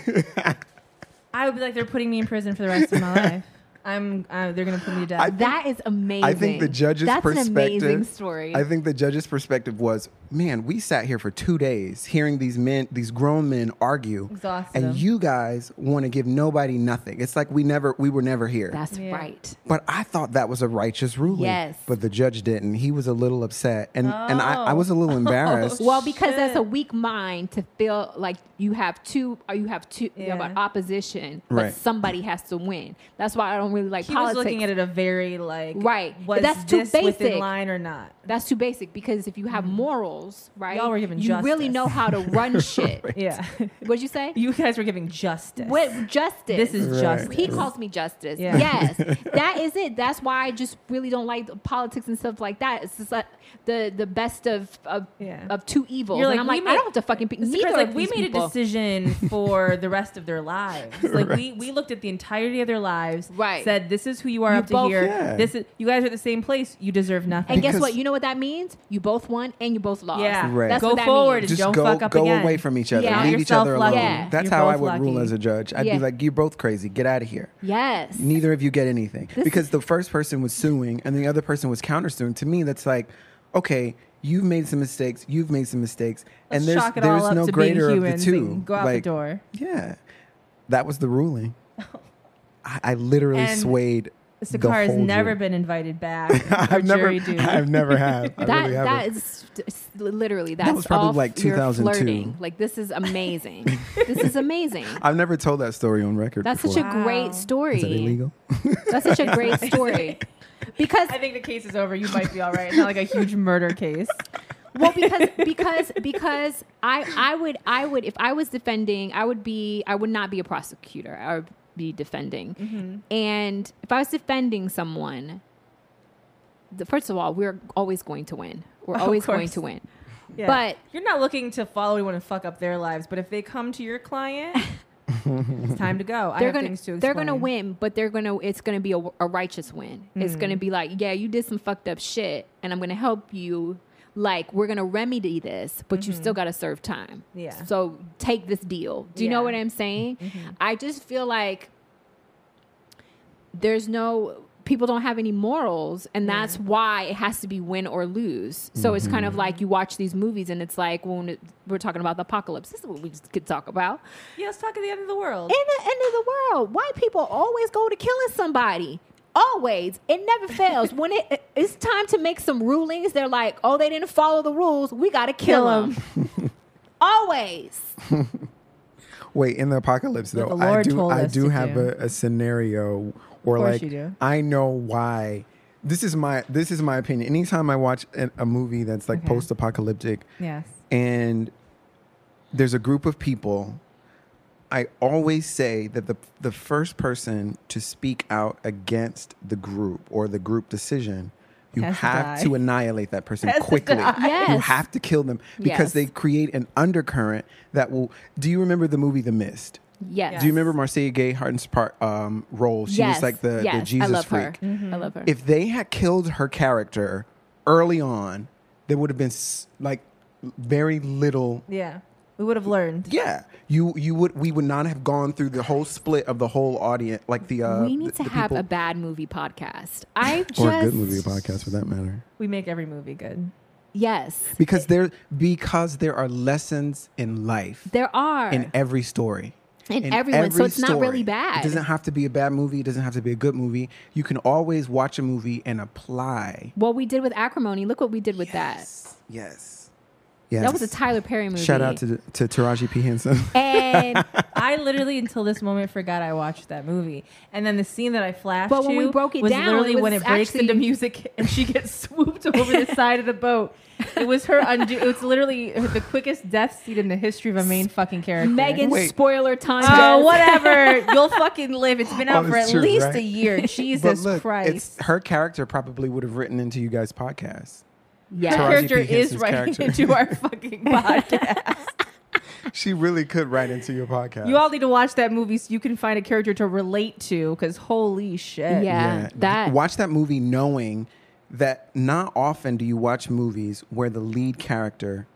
Speaker 1: I would be like, they're putting me in prison for the rest of
Speaker 3: (laughs)
Speaker 1: my life. I'm, uh, they're gonna put me to death.
Speaker 2: That is amazing.
Speaker 3: I think the judge's
Speaker 2: That's
Speaker 3: perspective.
Speaker 2: an amazing story.
Speaker 3: I think the judge's perspective was, man, we sat here for two days hearing these men, these grown men argue,
Speaker 1: Exhausted them.
Speaker 3: and you guys want to give nobody nothing. It's like we never, we were never here.
Speaker 2: That's
Speaker 1: Yeah.
Speaker 2: right.
Speaker 3: but I thought that was a righteous ruling.
Speaker 2: Yes.
Speaker 3: But the judge didn't. He was a little upset, and and I, I was a little embarrassed.
Speaker 2: (laughs) Well, because that's a weak mind to feel like you have two or you have two you have
Speaker 1: Yeah.
Speaker 2: an opposition,
Speaker 3: Right.
Speaker 2: but somebody has to win. That's why I don't really like
Speaker 1: he
Speaker 2: politics.
Speaker 1: was looking at it a very like
Speaker 2: Right.
Speaker 1: Was
Speaker 2: That's too
Speaker 1: this within
Speaker 2: basic.
Speaker 1: line or not?
Speaker 2: That's too basic because if you have morals, right?
Speaker 1: Mm-hmm. Y'all were given
Speaker 2: you really
Speaker 1: justice.
Speaker 2: know
Speaker 1: (laughs)
Speaker 2: how to run shit.
Speaker 1: Yeah, (laughs)
Speaker 2: What'd you say?
Speaker 1: you guys were giving justice.
Speaker 2: What justice?
Speaker 1: This is
Speaker 3: Right.
Speaker 1: justice.
Speaker 2: He calls me justice.
Speaker 1: Yeah.
Speaker 3: (laughs)
Speaker 2: Yes, that is it. That's why I just really don't like the politics and stuff like that. It's just like the the best of of,
Speaker 1: Yeah.
Speaker 2: of two evils.
Speaker 1: You're
Speaker 2: and
Speaker 1: like,
Speaker 2: I'm
Speaker 1: we
Speaker 2: like, I
Speaker 1: made-
Speaker 2: don't have to fucking pick
Speaker 1: It's
Speaker 2: neither
Speaker 1: crazy, like
Speaker 2: of
Speaker 1: we
Speaker 2: these
Speaker 1: made
Speaker 2: people.
Speaker 1: a (laughs) decision for the rest of their lives. Like we, we looked at the entirety of their lives.
Speaker 2: Right.
Speaker 1: Said this is who you are
Speaker 2: You
Speaker 1: up to
Speaker 2: both-
Speaker 1: here.
Speaker 3: Yeah.
Speaker 1: This is you guys are at the same place. You deserve nothing.
Speaker 2: And guess
Speaker 3: Because-
Speaker 2: what? You know what that means? You both won and you both lost.
Speaker 1: yeah.
Speaker 3: Right.
Speaker 2: That's
Speaker 1: Go
Speaker 2: what that
Speaker 1: forward.
Speaker 2: means.
Speaker 1: and
Speaker 3: just
Speaker 1: don't
Speaker 3: go
Speaker 1: fuck up
Speaker 3: go
Speaker 1: again.
Speaker 3: away from each other.
Speaker 2: Yeah.
Speaker 3: Leave each
Speaker 1: Yourself
Speaker 3: other alone.
Speaker 1: lucky.
Speaker 2: Yeah.
Speaker 3: That's
Speaker 1: You're
Speaker 3: how I
Speaker 1: both
Speaker 3: would rule
Speaker 1: lucky.
Speaker 3: as a judge. I'd
Speaker 2: Yeah.
Speaker 3: be like, "You're both crazy. Get out of here."
Speaker 2: Yes.
Speaker 3: neither of you get anything because the first person was suing and the other person was countersuing to me that's like okay you've made some mistakes you've made some mistakes
Speaker 1: Let's
Speaker 3: and there's
Speaker 1: chalk it
Speaker 3: there's
Speaker 1: all up
Speaker 3: no
Speaker 1: to
Speaker 3: greater
Speaker 1: being
Speaker 3: of the
Speaker 1: humans
Speaker 3: two
Speaker 1: and go out
Speaker 3: Like,
Speaker 1: the door. (laughs)
Speaker 3: yeah that was the ruling I, I literally
Speaker 1: And-
Speaker 3: swayed (laughs)
Speaker 1: Sakar has
Speaker 3: whole
Speaker 1: never
Speaker 3: jury.
Speaker 1: been invited
Speaker 3: (laughs)
Speaker 1: back. for
Speaker 3: I've never,
Speaker 1: jury duty.
Speaker 3: I've never had. I
Speaker 2: that
Speaker 3: really haven't.
Speaker 2: that is s- literally that's
Speaker 3: was probably
Speaker 2: off
Speaker 3: like
Speaker 2: your
Speaker 3: 2002.
Speaker 2: flirting. Like this is amazing. this is
Speaker 3: (laughs)
Speaker 2: amazing.
Speaker 3: I've never told that story on record.
Speaker 2: That's
Speaker 3: before.
Speaker 2: such a
Speaker 1: Wow.
Speaker 2: great
Speaker 1: Is that
Speaker 2: story.
Speaker 3: Is that illegal?
Speaker 2: That's such a
Speaker 3: (laughs)
Speaker 2: great story. Because
Speaker 1: (laughs) I think the case is over. You might be all right. Not like a
Speaker 3: (laughs)
Speaker 1: huge murder case.
Speaker 2: well
Speaker 1: (laughs)
Speaker 2: because because because I I would I would if I was defending I would be I would not be a prosecutor I would be defending
Speaker 1: Mm-hmm.
Speaker 2: and if I was defending someone the, first of all we're always going to win we're
Speaker 1: Of
Speaker 2: always going
Speaker 1: course.
Speaker 2: to win
Speaker 1: Yeah.
Speaker 2: But-
Speaker 1: you're not looking to follow anyone and fuck up their lives. But if they come to your
Speaker 3: (laughs)
Speaker 1: client, it's time to go. I
Speaker 2: they're
Speaker 1: have
Speaker 2: gonna
Speaker 1: things to
Speaker 2: they're gonna
Speaker 1: explain. Mm.
Speaker 2: win but they're gonna it's gonna be a, a righteous win it's gonna be like yeah you did some fucked up shit and I'm gonna help you like we're gonna remedy this but you still gotta serve time
Speaker 1: Mm-hmm. Yeah.
Speaker 2: so take this deal do you know
Speaker 1: Yeah. Mm-hmm.
Speaker 2: what I'm saying I just feel like there's no people don't have any morals and that's why it has to be win or lose so it's kind
Speaker 1: Mm-hmm.
Speaker 2: of like you watch these movies and it's like when it, we're talking about the apocalypse this is what we just could talk about
Speaker 1: Yeah, let's talk at the end of the world.
Speaker 2: in the end of the world, white people always go to killing somebody. Always. It never fails. when it (laughs) it's time to make some rulings, they're like, oh, they didn't follow the rules. We got to kill
Speaker 1: Kill
Speaker 2: them. (laughs) always.
Speaker 3: Wait, in the apocalypse
Speaker 1: What
Speaker 3: though,
Speaker 1: the Lord
Speaker 3: I do
Speaker 1: told
Speaker 3: I
Speaker 1: us
Speaker 3: do
Speaker 1: to
Speaker 3: have
Speaker 1: do.
Speaker 3: A, a scenario where
Speaker 1: course
Speaker 3: like
Speaker 1: you do.
Speaker 3: I know why. This is my this is my opinion. Anytime I watch an, a movie that's like
Speaker 1: Okay.
Speaker 3: post apocalyptic
Speaker 1: Yes.
Speaker 3: and there's a group of people, I always say that the the first person to speak out against the group or the group decision, you
Speaker 1: Has to
Speaker 3: have
Speaker 1: die.
Speaker 3: to annihilate that person
Speaker 1: (laughs) Has to
Speaker 3: quickly.
Speaker 1: die.
Speaker 3: You
Speaker 2: Yes.
Speaker 3: have to kill them because
Speaker 2: Yes.
Speaker 3: they create an undercurrent that will. Do you remember the movie The Mist?
Speaker 2: Yes.
Speaker 3: Do you remember Marcia Gay Harden's part um, role? She was like the, the Jesus
Speaker 2: I love
Speaker 3: freak.
Speaker 2: her. Mm-hmm. I love her.
Speaker 3: If they had killed her character early on, there would have been s- like very little.
Speaker 1: Yeah. We would have learned.
Speaker 3: Yeah, you you would we would not have gone through the whole split of the whole audience, like the uh,
Speaker 2: we need
Speaker 3: the-
Speaker 2: to
Speaker 3: the
Speaker 2: have
Speaker 3: people-
Speaker 2: a bad movie
Speaker 3: (laughs)
Speaker 2: podcast. I just
Speaker 3: or a good movie podcast for that matter,
Speaker 1: We make every movie good.
Speaker 2: Yes,
Speaker 3: because there because there are lessons in life
Speaker 2: there are.
Speaker 3: in every story.
Speaker 2: In everyone, so it's not really bad.
Speaker 3: It doesn't have to be a bad movie. It doesn't have to be a good movie. You can always watch a movie and apply.
Speaker 2: what we did with acrimony. Look what we did with
Speaker 3: Yes.
Speaker 2: that.
Speaker 3: Yes.
Speaker 2: That was a Tyler Perry movie.
Speaker 3: Shout out to to Taraji P Henson. (laughs)
Speaker 2: and
Speaker 1: I literally, until this moment, forgot I watched that movie. And then the scene that I flashed
Speaker 2: But when
Speaker 1: you
Speaker 2: we broke it
Speaker 1: was
Speaker 2: down,
Speaker 1: literally
Speaker 2: it was
Speaker 1: when it breaks
Speaker 2: actually-
Speaker 1: into music (laughs) and she gets swooped over
Speaker 2: (laughs)
Speaker 1: the side of the boat. It was her undo. It was literally the quickest death scene in the history of a main fucking character.
Speaker 2: Megan
Speaker 3: Wait.
Speaker 2: spoiler time.
Speaker 1: Oh,
Speaker 2: Yes.
Speaker 1: whatever. You'll fucking live. It's been out
Speaker 3: Oh,
Speaker 1: for
Speaker 3: it's
Speaker 1: at
Speaker 3: true,
Speaker 1: least
Speaker 3: right?
Speaker 1: a
Speaker 3: (laughs)
Speaker 1: year. Jesus Christ.
Speaker 3: her character probably would have written into you guys' podcast.
Speaker 1: Her
Speaker 2: Yeah.
Speaker 3: Taraji
Speaker 1: character
Speaker 3: P.
Speaker 1: is
Speaker 3: Henson's
Speaker 1: writing
Speaker 3: character.
Speaker 1: into our
Speaker 2: (laughs)
Speaker 1: fucking podcast.
Speaker 3: She really could write into your podcast.
Speaker 1: You all need to watch that movie so you can find a character to relate to because holy shit.
Speaker 2: Yeah. that-
Speaker 3: watch that movie knowing that not often do you watch movies where the lead character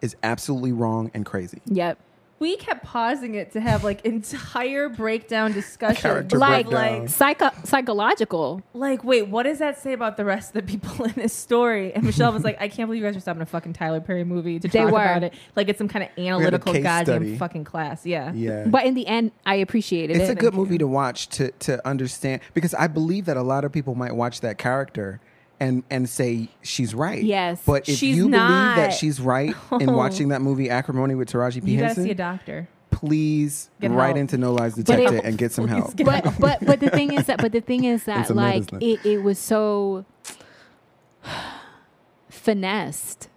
Speaker 3: is absolutely wrong and crazy.
Speaker 2: Yep.
Speaker 1: We kept pausing it to have like entire breakdown discussion.
Speaker 3: Character
Speaker 1: like,
Speaker 3: breakdown.
Speaker 1: like,
Speaker 2: Psycho- psychological.
Speaker 1: like, wait, what does that say about the rest of the people in this story? And Michelle was like, I can't believe you guys are stopping a fucking Tyler Perry movie to
Speaker 2: They
Speaker 1: talk
Speaker 2: were.
Speaker 1: about it. Like it's some kind of analytical
Speaker 3: case
Speaker 1: goddamn
Speaker 3: study.
Speaker 1: fucking class. Yeah.
Speaker 3: Yeah.
Speaker 2: But in the end, I appreciated
Speaker 3: it's
Speaker 2: it.
Speaker 3: a good movie to watch to to understand because I believe that a lot of people might watch that character and and say she's right.
Speaker 2: Yes.
Speaker 3: but if
Speaker 1: She's
Speaker 3: you believe that
Speaker 1: not. (laughs)
Speaker 3: she's right in watching that movie Acrimony with Taraji P
Speaker 1: You gotta see a
Speaker 3: Henson,
Speaker 1: doctor.
Speaker 3: please
Speaker 1: Get
Speaker 3: write
Speaker 1: help.
Speaker 3: into No Lies
Speaker 2: it-
Speaker 3: Detected and
Speaker 1: (laughs)
Speaker 3: get some help.
Speaker 1: get-
Speaker 2: but but but the thing is that but the thing is
Speaker 3: (laughs) It's
Speaker 2: that
Speaker 3: a man,
Speaker 2: like
Speaker 3: isn't
Speaker 2: it, it was so (sighs) finessed.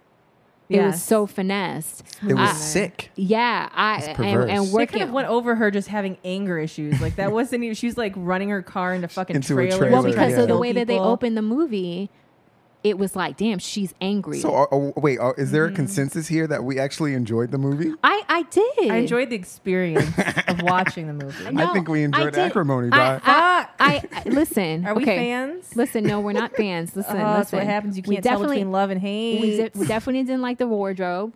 Speaker 2: It was
Speaker 1: Yes.
Speaker 2: so finessed.
Speaker 3: It was
Speaker 2: I-
Speaker 3: sick.
Speaker 2: Yeah, I
Speaker 3: It's
Speaker 2: and,
Speaker 3: perverse.
Speaker 2: and
Speaker 1: They
Speaker 2: working.
Speaker 1: kind of went over her just having anger issues. Like that wasn't even. She was like running her car into fucking
Speaker 3: Into a
Speaker 1: trailers.
Speaker 3: trailer,
Speaker 2: well,
Speaker 1: to
Speaker 2: because
Speaker 3: yeah.
Speaker 2: of the
Speaker 1: kill
Speaker 2: way that they
Speaker 1: people.
Speaker 2: opened the movie, it was like, damn, she's angry.
Speaker 3: So uh, uh, wait, uh, is
Speaker 1: Mm-hmm.
Speaker 3: there a consensus here that we actually enjoyed the movie?
Speaker 2: I I did.
Speaker 1: I enjoyed the experience of watching the movie. Uh,
Speaker 3: I think we enjoyed
Speaker 2: did-
Speaker 3: Acrimony,
Speaker 2: I,
Speaker 3: Doc.
Speaker 2: I, I, I-
Speaker 1: (laughs)
Speaker 2: listen.
Speaker 1: Are we
Speaker 2: okay.
Speaker 1: fans?
Speaker 2: Listen, no, we're not
Speaker 1: (laughs)
Speaker 2: fans. Listen,
Speaker 1: Oh,
Speaker 2: listen.
Speaker 1: that's what happens. You
Speaker 2: We
Speaker 1: can't tell
Speaker 2: definitely-
Speaker 1: between love and hate.
Speaker 2: We, di- we definitely didn't like the wardrobe.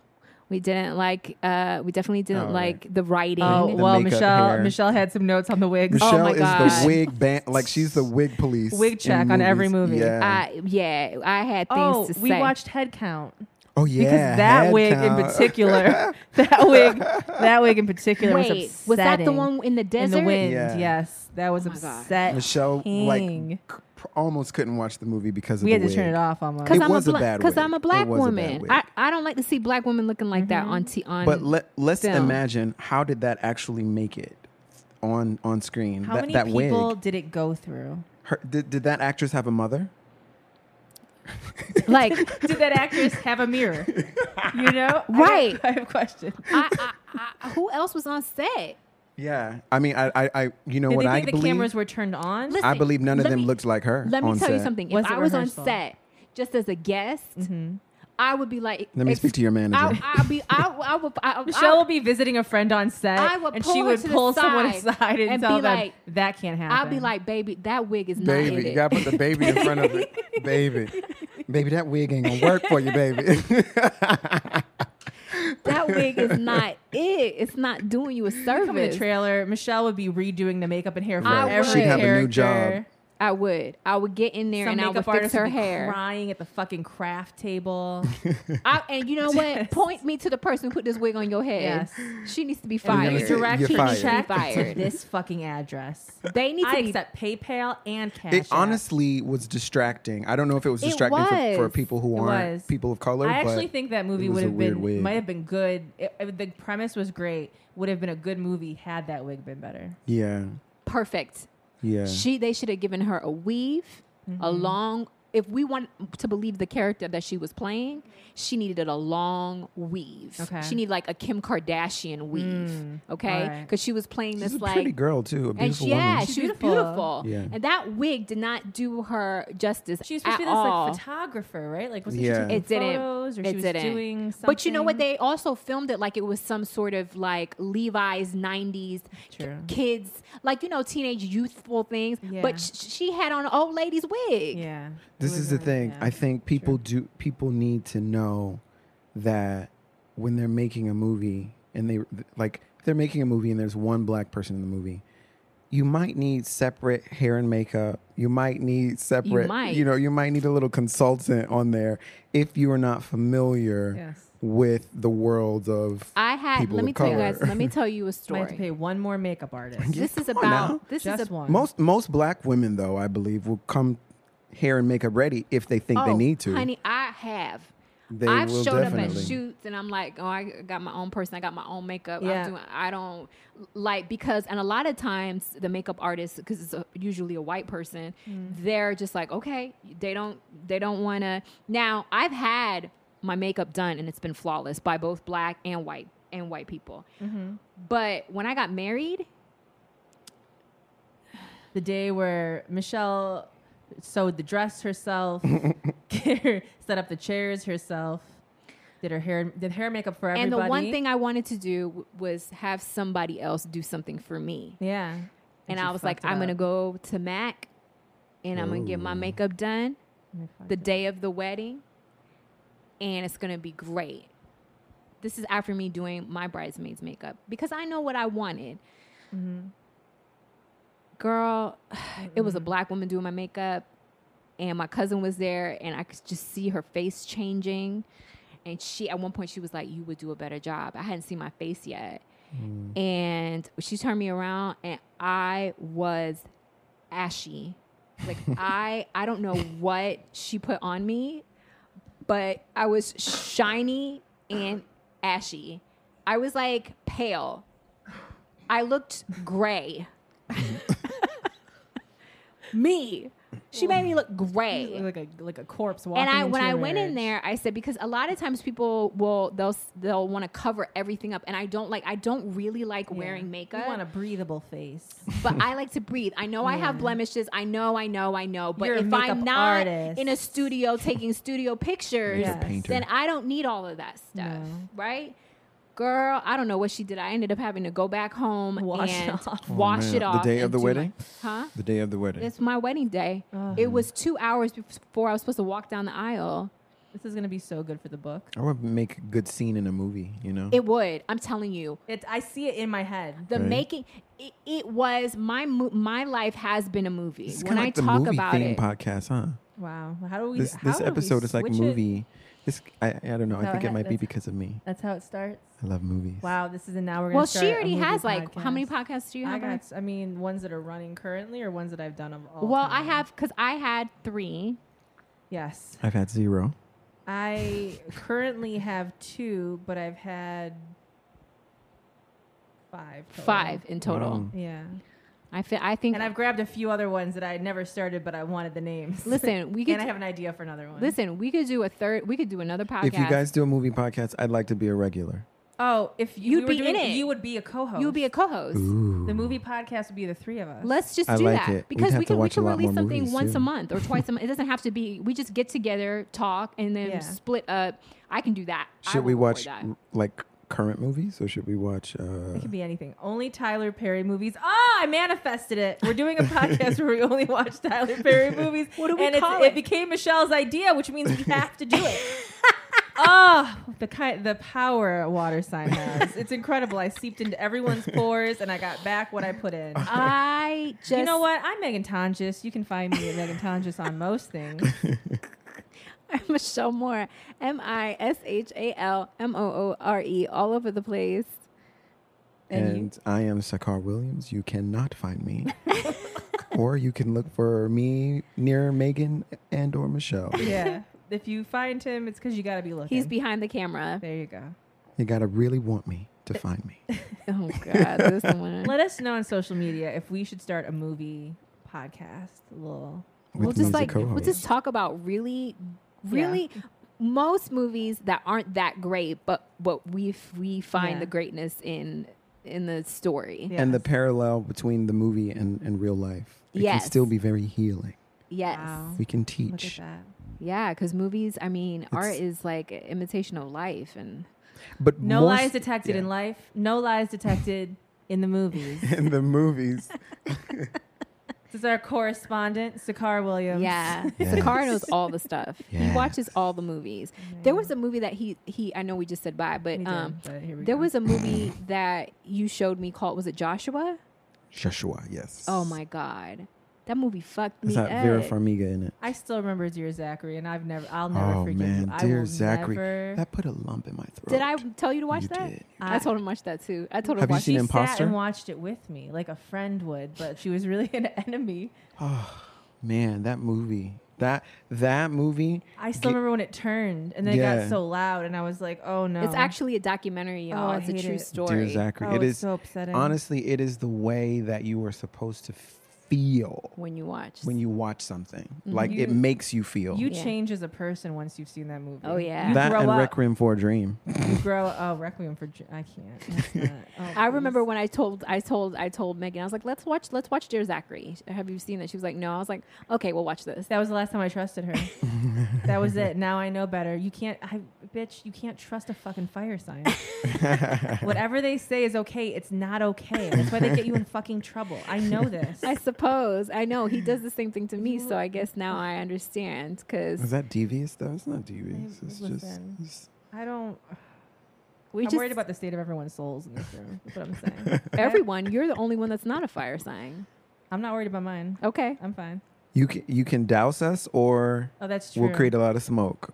Speaker 2: We didn't like. Uh, we definitely
Speaker 3: Oh,
Speaker 2: didn't
Speaker 3: right.
Speaker 2: like the writing.
Speaker 1: oh
Speaker 3: The
Speaker 1: well,
Speaker 3: makeup,
Speaker 1: Michelle.
Speaker 3: hair.
Speaker 1: Michelle had some notes on the Oh wigs.
Speaker 3: Michelle
Speaker 2: my
Speaker 3: is
Speaker 2: God.
Speaker 3: the wig ban like she's the wig police.
Speaker 1: Wig
Speaker 3: in
Speaker 1: check on every
Speaker 3: movies.
Speaker 1: movie.
Speaker 3: Yeah.
Speaker 2: I, yeah, I had things
Speaker 1: oh,
Speaker 2: to
Speaker 1: we
Speaker 2: say.
Speaker 1: watched Head Count.
Speaker 3: Oh yeah,
Speaker 1: because that
Speaker 3: head
Speaker 1: wig in
Speaker 3: count.
Speaker 1: particular, that wig, that wig in particular was
Speaker 2: Wait,
Speaker 1: upsetting.
Speaker 2: was that the one in the
Speaker 1: in
Speaker 2: desert?
Speaker 1: the wind?
Speaker 3: Yeah.
Speaker 1: Yes, that was
Speaker 2: Oh my God.
Speaker 1: upset.
Speaker 3: Michelle like
Speaker 1: King.
Speaker 3: c- pr- almost couldn't watch the movie because of
Speaker 1: we
Speaker 3: the
Speaker 1: had to
Speaker 3: wig.
Speaker 1: turn it off almost.
Speaker 2: Because
Speaker 3: It
Speaker 2: I'm,
Speaker 3: was a
Speaker 2: a bla-
Speaker 3: bad
Speaker 2: 'cause
Speaker 3: wig.
Speaker 2: I'm a black
Speaker 3: It was a bad
Speaker 2: woman.
Speaker 3: wig.
Speaker 2: I, I don't like to see black women looking like that on t- on.
Speaker 3: But let, let's
Speaker 2: film.
Speaker 3: imagine how did that actually make it on on screen?
Speaker 1: How
Speaker 3: that
Speaker 1: many
Speaker 3: that
Speaker 1: people
Speaker 3: wig.
Speaker 1: did it go through?
Speaker 3: Her, did, did that actress have a mother?
Speaker 2: (laughs) like
Speaker 1: Did that actress have a mirror? You know,
Speaker 2: Right.
Speaker 1: (laughs) I have, I have questions.
Speaker 3: (laughs)
Speaker 2: I, I, I, who else was on set?
Speaker 3: Yeah, I mean, I, I, I you know
Speaker 1: Did
Speaker 3: what
Speaker 1: they
Speaker 3: I
Speaker 1: think the
Speaker 3: believe.
Speaker 1: cameras were turned on?
Speaker 2: Listen,
Speaker 3: I believe none of
Speaker 2: let
Speaker 3: them
Speaker 2: me-
Speaker 3: looked like her.
Speaker 2: Let me
Speaker 3: on
Speaker 2: tell you
Speaker 3: set.
Speaker 2: something.
Speaker 1: Was
Speaker 2: if
Speaker 1: it
Speaker 2: I was Mm-hmm.
Speaker 1: rehearsal?
Speaker 2: on set just as a guest, I would be like,
Speaker 3: Let me speak to your manager.
Speaker 2: I, I'll be. I, I would. I,
Speaker 1: Michelle
Speaker 2: I,
Speaker 1: will be visiting a friend on set,
Speaker 2: I would
Speaker 1: and
Speaker 2: pull
Speaker 1: she
Speaker 2: her
Speaker 1: would
Speaker 2: to the
Speaker 1: pull someone
Speaker 2: side
Speaker 1: aside and,
Speaker 2: and
Speaker 1: tell
Speaker 2: be
Speaker 1: them
Speaker 2: like-
Speaker 1: that can't happen.
Speaker 2: I'll be like, baby, that wig is not in
Speaker 3: Baby,
Speaker 2: it.
Speaker 3: you gotta put the baby in front of it.
Speaker 1: (laughs)
Speaker 3: Baby, baby, that wig ain't gonna work for you, baby.
Speaker 2: that wig is
Speaker 1: (laughs)
Speaker 2: not it. It's not doing you a
Speaker 1: come in the
Speaker 2: service.
Speaker 1: trailer. Michelle would be redoing the makeup and hair for
Speaker 2: Right.
Speaker 1: every
Speaker 2: She'd have
Speaker 3: a new
Speaker 1: character.
Speaker 3: job.
Speaker 2: I would. I would get in there
Speaker 1: Some
Speaker 2: and I would
Speaker 1: makeup
Speaker 2: fix
Speaker 1: artist
Speaker 2: her
Speaker 1: would be
Speaker 2: hair.
Speaker 1: crying at the fucking craft table.
Speaker 2: I, and you know what? Point me to the person who put this wig on your head. She needs to be
Speaker 3: gonna
Speaker 1: Your
Speaker 2: fired.
Speaker 3: say- You're
Speaker 1: Direction
Speaker 3: fired.
Speaker 1: check (laughs) to
Speaker 2: Fired.
Speaker 1: this fucking address.
Speaker 2: They need to
Speaker 1: I
Speaker 2: be.
Speaker 1: accept PayPal and cash.
Speaker 3: it
Speaker 1: App.
Speaker 3: honestly was distracting. I don't know if it was
Speaker 2: It
Speaker 3: distracting For, for
Speaker 2: was.
Speaker 3: people
Speaker 1: It
Speaker 3: who aren't
Speaker 1: was.
Speaker 3: people of color.
Speaker 1: I
Speaker 3: but
Speaker 1: actually think that movie
Speaker 3: was
Speaker 1: would
Speaker 3: a
Speaker 1: have
Speaker 3: weird
Speaker 1: been
Speaker 3: wig.
Speaker 1: might have been good. It- it- the premise was great. Would have been a good movie had that wig been better.
Speaker 3: yeah,
Speaker 2: perfect.
Speaker 3: yeah.
Speaker 2: She. They should have given her a weave, a
Speaker 1: Mm-hmm.
Speaker 2: long. If we want to believe the character that she was playing, she needed a long weave.
Speaker 1: Okay. Mm.
Speaker 2: She needed like a Kim Kardashian weave. okay,
Speaker 1: all
Speaker 2: because
Speaker 1: right.
Speaker 2: she was playing this
Speaker 3: She's a
Speaker 2: like
Speaker 3: pretty girl too, a
Speaker 2: And
Speaker 3: beautiful
Speaker 2: she, yeah,
Speaker 3: woman.
Speaker 1: She's
Speaker 2: she was
Speaker 1: beautiful.
Speaker 2: beautiful.
Speaker 3: Yeah.
Speaker 2: And that wig did not do her justice.
Speaker 1: She was supposed to be
Speaker 2: at
Speaker 1: this
Speaker 2: all.
Speaker 1: like photographer, right? Like was she
Speaker 3: Yeah.
Speaker 1: taking
Speaker 2: It didn't.
Speaker 1: photos or
Speaker 2: It
Speaker 1: she was
Speaker 2: didn't.
Speaker 1: doing something?
Speaker 2: But you know what? They also filmed it like it was some sort of like Levi's '90s k-
Speaker 1: True.
Speaker 2: kids, like you know, teenage youthful things.
Speaker 1: Yeah.
Speaker 2: But sh- she had on an old lady's wig.
Speaker 1: yeah.
Speaker 3: this is the thing. I think people do people need to know that when they're making a movie and they like if they're making a movie and there's one black person in the movie, you might need separate hair and makeup. You might need separate
Speaker 2: might.
Speaker 3: know, you might need a little consultant on there if you are not familiar
Speaker 1: Yes.
Speaker 3: with the world of
Speaker 2: I had.
Speaker 3: People
Speaker 2: let
Speaker 3: of
Speaker 2: me tell you
Speaker 3: color.
Speaker 2: guys. Let me
Speaker 1: (laughs)
Speaker 2: tell you a
Speaker 1: I have to
Speaker 2: story.
Speaker 1: pay one more makeup artist.
Speaker 2: This is
Speaker 3: Come
Speaker 2: about.
Speaker 3: on now.
Speaker 2: This
Speaker 1: Just
Speaker 2: is a,
Speaker 1: one.
Speaker 3: most most black women though, I believe, will come hair and makeup ready if they think they
Speaker 2: Oh,
Speaker 3: need to.
Speaker 2: Honey, I have.
Speaker 3: They
Speaker 2: I've
Speaker 3: will
Speaker 2: shown up
Speaker 3: definitely.
Speaker 2: at shoots and I'm like, oh, I got my own person. I got my own makeup.
Speaker 1: Yeah.
Speaker 2: I'm doing, I don't like because, and a lot of times the makeup artist, because it's a, usually a white person,
Speaker 1: Mm.
Speaker 2: they're just like, okay, they don't, they don't want to. Now, I've had my makeup done and it's been flawless by both black and white and white people.
Speaker 1: Mm-hmm.
Speaker 2: But when I got married,
Speaker 1: the day where Michelle sewed the dress
Speaker 3: (laughs)
Speaker 1: herself, (laughs) set up the chairs herself, did her hair, did hair and makeup for everybody.
Speaker 2: and the one thing I wanted to do w- was have somebody else do something for me.
Speaker 1: yeah.
Speaker 2: And
Speaker 1: she
Speaker 2: I was like,
Speaker 1: fucked it
Speaker 2: I'm gonna
Speaker 1: up.
Speaker 2: go to Mac and I'm gonna get my makeup done the day of the wedding and it's gonna be great. This is after me doing my bridesmaid's makeup because I know what I wanted.
Speaker 1: Mm-hmm.
Speaker 2: Girl, (sighs) it was a black woman doing my makeup and my cousin was there and I could just see her face changing. And she, at one point, she was like, You would do a better job. I hadn't seen my face yet and she turned me around and i was ashy like i i don't know what she put on me but i was shiny and ashy i was like pale i looked gray me she made me look gray
Speaker 1: You look like a like a corpse walking.
Speaker 2: and I when
Speaker 1: into
Speaker 2: I
Speaker 1: your
Speaker 2: went in
Speaker 1: marriage.
Speaker 2: there, I said because a lot of times people will they'll s- they'll want to cover everything up, and I don't like I don't really like
Speaker 1: Yeah.
Speaker 2: wearing makeup,
Speaker 1: you want a breathable face.
Speaker 2: but I like to breathe. I know I have blemishes. I know, I know, I know. But
Speaker 1: You're a
Speaker 2: if I'm
Speaker 1: makeup
Speaker 2: not
Speaker 1: artist.
Speaker 2: in
Speaker 1: (laughs)
Speaker 2: a studio taking studio pictures,
Speaker 1: Yes.
Speaker 3: painter.
Speaker 2: then I don't need all of that stuff,
Speaker 1: No.
Speaker 2: right? Girl, I don't know what she did. I ended up having to go back home
Speaker 1: Wash it
Speaker 2: and
Speaker 1: off.
Speaker 3: Oh,
Speaker 2: wash
Speaker 3: man.
Speaker 2: it off.
Speaker 3: The day of
Speaker 2: and
Speaker 3: the
Speaker 2: do my-
Speaker 3: wedding?
Speaker 2: huh?
Speaker 3: the day of the wedding.
Speaker 2: It's my wedding day. It was two hours before I was supposed to walk down the aisle.
Speaker 1: This is gonna be so good for the book.
Speaker 3: I would make a good scene in a movie, you know?
Speaker 2: It would. I'm telling you.
Speaker 1: It's I see it in my head.
Speaker 2: The
Speaker 3: Right.
Speaker 2: making it, it was my mo- my life has been a movie.
Speaker 3: It's
Speaker 2: when
Speaker 3: kinda
Speaker 2: I
Speaker 3: like the
Speaker 2: talk
Speaker 3: movie
Speaker 2: about
Speaker 3: theme
Speaker 2: it,
Speaker 3: podcast, huh?
Speaker 1: Wow. How do we?
Speaker 3: This
Speaker 1: how
Speaker 3: this
Speaker 1: do we
Speaker 3: episode is like
Speaker 1: switch it?
Speaker 3: movie. This I, I don't know.
Speaker 1: No,
Speaker 3: I think
Speaker 1: I
Speaker 3: it
Speaker 1: ha-
Speaker 3: might be
Speaker 1: that's-
Speaker 3: because of me.
Speaker 1: That's how it starts.
Speaker 3: I love movies.
Speaker 1: Wow. This is a now we're gonna.
Speaker 2: Well,
Speaker 1: start
Speaker 2: she
Speaker 1: a
Speaker 2: already
Speaker 1: movie
Speaker 2: has like how many
Speaker 1: podcast.
Speaker 2: podcasts do you
Speaker 1: I
Speaker 2: have?
Speaker 1: got. I mean, ones that are running currently or ones that I've done of all.
Speaker 2: well, I
Speaker 1: time?
Speaker 2: have because I had three.
Speaker 1: Yes,
Speaker 3: I've had zero.
Speaker 1: I currently have two, but I've had five. total.
Speaker 2: Five in total.
Speaker 3: Wow.
Speaker 1: Yeah,
Speaker 2: I feel. I think.
Speaker 1: and I've (laughs) grabbed a few other ones that I never started, but I wanted the names.
Speaker 2: listen, we
Speaker 1: and
Speaker 2: could
Speaker 1: I have an idea for another one.
Speaker 2: listen. We could do a third. We could do another podcast.
Speaker 3: If you guys do a movie podcast, I'd like to be a regular.
Speaker 1: Oh, if you
Speaker 2: You'd
Speaker 1: we were
Speaker 2: be
Speaker 1: doing-
Speaker 2: in it.
Speaker 1: you would be a co-host.
Speaker 2: you would be a co-host.
Speaker 3: Ooh.
Speaker 1: The movie podcast would be the three of us.
Speaker 2: Let's just
Speaker 3: I
Speaker 2: do
Speaker 3: like
Speaker 2: that
Speaker 3: it. We'd
Speaker 2: because
Speaker 3: have
Speaker 2: we
Speaker 3: to
Speaker 2: can we
Speaker 3: watch
Speaker 2: can
Speaker 3: a lot
Speaker 2: release
Speaker 3: more
Speaker 2: something
Speaker 3: movies,
Speaker 2: once
Speaker 3: too.
Speaker 2: a month or twice a month. It doesn't have to be. We just get together, talk, and then
Speaker 1: Yeah.
Speaker 2: split up. I can do that. I
Speaker 3: Should we
Speaker 2: will record
Speaker 3: watch
Speaker 2: that.
Speaker 3: r- like current movies or should we watch uh
Speaker 1: It could be anything. Only Tyler Perry movies. Ah, I manifested it. We're
Speaker 2: (laughs)
Speaker 1: doing a podcast where we only watch Tyler Perry movies. What
Speaker 2: do we
Speaker 1: and it's-
Speaker 2: call it?
Speaker 1: became Michelle's idea, which means we have to do
Speaker 2: (laughs)
Speaker 1: it. oh, the kind, the power a water sign has. It's incredible. I seeped into everyone's pores, and I got back what I put in.
Speaker 2: I just
Speaker 1: you know
Speaker 2: (laughs)
Speaker 1: what? I'm Megan Tonjes. You can find me at Megan Tonjes on most things.
Speaker 2: (laughs) Michelle Moore, M I S H A L M O O R E, all over the place.
Speaker 1: And you-
Speaker 3: and I am Sakar Williams. You cannot find
Speaker 2: (laughs)
Speaker 3: me. or you can look for me near Megan and or Michelle.
Speaker 1: Yeah. If you find him, it's because you got to be looking.
Speaker 2: He's behind
Speaker 1: (laughs)
Speaker 2: the camera.
Speaker 1: there you go.
Speaker 3: You gotta really want me to find me.
Speaker 2: Oh God, this one.
Speaker 1: Let us know on social media if we should start a movie podcast. A little.
Speaker 3: With
Speaker 2: we'll just
Speaker 3: music
Speaker 2: like we'll
Speaker 3: co-hosts.
Speaker 2: just talk about really, really most movies that aren't that great, but what we f- we find
Speaker 1: Yeah.
Speaker 2: the greatness in in the story.
Speaker 3: And the
Speaker 1: Yes.
Speaker 3: parallel between the movie and, and real life. It
Speaker 2: Yes.
Speaker 3: can still be very healing.
Speaker 2: Yes,
Speaker 1: Wow.
Speaker 3: We can
Speaker 1: Look at
Speaker 3: teach.
Speaker 1: that.
Speaker 2: yeah, because movies. I mean, art
Speaker 3: It's-
Speaker 2: is like an imitation of life, and
Speaker 3: But
Speaker 1: No
Speaker 3: more
Speaker 1: lies
Speaker 3: s-
Speaker 1: detected
Speaker 3: yeah.
Speaker 1: in life. No lies detected in the
Speaker 2: (laughs)
Speaker 1: movies.
Speaker 3: (laughs) in the movies.
Speaker 1: This is our correspondent, Sakar Williams.
Speaker 2: yeah,
Speaker 1: (laughs)
Speaker 3: Yes.
Speaker 2: Sakar knows all the stuff. He watches all the movies.
Speaker 3: Mm.
Speaker 2: There was a movie that he he. I know we just said bye, but
Speaker 1: We did,
Speaker 2: um,
Speaker 1: but here we
Speaker 2: there
Speaker 1: go.
Speaker 2: was a
Speaker 3: (laughs)
Speaker 2: movie that you showed me called was it Joshua?
Speaker 3: Joshua, yes.
Speaker 2: Oh my God, that movie fucked me
Speaker 3: Is that
Speaker 2: up.
Speaker 3: Vera Farmiga in it?
Speaker 1: I still remember Dear Zachary, and I've never. I'll never
Speaker 3: oh
Speaker 1: forgive
Speaker 3: man,
Speaker 1: you. I
Speaker 3: dear
Speaker 1: will
Speaker 3: Zachary,
Speaker 1: never-
Speaker 3: that put a lump in my throat.
Speaker 2: Did I tell you to watch
Speaker 3: You
Speaker 2: that?
Speaker 3: did.
Speaker 2: I,
Speaker 1: I-
Speaker 2: told him to watch that too. I told him
Speaker 3: Have
Speaker 2: to
Speaker 3: you
Speaker 2: watch
Speaker 3: seen
Speaker 1: she sat
Speaker 3: Imposter?
Speaker 1: and watched it with me, like a friend would, but she was really (laughs) an enemy.
Speaker 3: Oh man, that movie. That that movie.
Speaker 1: I still
Speaker 3: Ge-
Speaker 1: remember when it turned, and then it
Speaker 3: Yeah.
Speaker 1: got so loud, and I was like, "Oh no!"
Speaker 3: uh,
Speaker 2: It's actually a documentary,
Speaker 3: Oh,
Speaker 2: y'all.
Speaker 1: I
Speaker 2: it's a
Speaker 1: hate
Speaker 2: true
Speaker 1: it.
Speaker 2: story.
Speaker 3: Dear Zachary,
Speaker 1: Oh,
Speaker 3: it
Speaker 1: it's
Speaker 3: is
Speaker 1: so upsetting.
Speaker 3: honestly, it is the way that you are supposed to feel
Speaker 2: When you watch,
Speaker 3: when you watch something. Like
Speaker 1: Mm-hmm. You-
Speaker 3: it makes you feel.
Speaker 1: You
Speaker 2: Yeah.
Speaker 1: change as a person once you've seen that movie.
Speaker 2: Oh, yeah.
Speaker 1: you
Speaker 3: that
Speaker 1: grow
Speaker 3: and
Speaker 1: up.
Speaker 3: Requiem for a
Speaker 1: (laughs)
Speaker 3: Dream.
Speaker 1: you grow. Oh, Requiem for Dr- I can't.
Speaker 3: (laughs)
Speaker 1: That's not, oh,
Speaker 2: I remember
Speaker 1: please.
Speaker 2: when I told, I told, I told Megan, I was like, "Let's watch, let's watch Dear Zachary." Have you seen that? She was like, "No." I was like, "Okay, we'll watch this."
Speaker 1: that was the last time I trusted
Speaker 3: (laughs)
Speaker 1: her. that was it. Now I know better. You can't, I, bitch. You can't trust a fucking fire
Speaker 3: (laughs)
Speaker 1: sign. Whatever they say is okay. It's not okay. That's why they get you in fucking trouble. I
Speaker 3: (laughs)
Speaker 1: know this.
Speaker 2: I suppose I know he does the same thing to me, so I guess now I understand.
Speaker 3: Is
Speaker 2: Because
Speaker 3: that devious though? It's not devious. It's just
Speaker 1: listen.
Speaker 3: it's-
Speaker 1: I don't.
Speaker 2: we
Speaker 1: I'm
Speaker 2: just
Speaker 1: worried about the state of everyone's souls in this room. That's what I'm
Speaker 3: (laughs)
Speaker 1: saying.
Speaker 2: everyone. You're the only one that's not a fire sign.
Speaker 1: I'm not worried about mine.
Speaker 2: Okay.
Speaker 1: I'm fine.
Speaker 3: you can you can douse us or
Speaker 1: Oh, that's true.
Speaker 3: we'll create a lot of smoke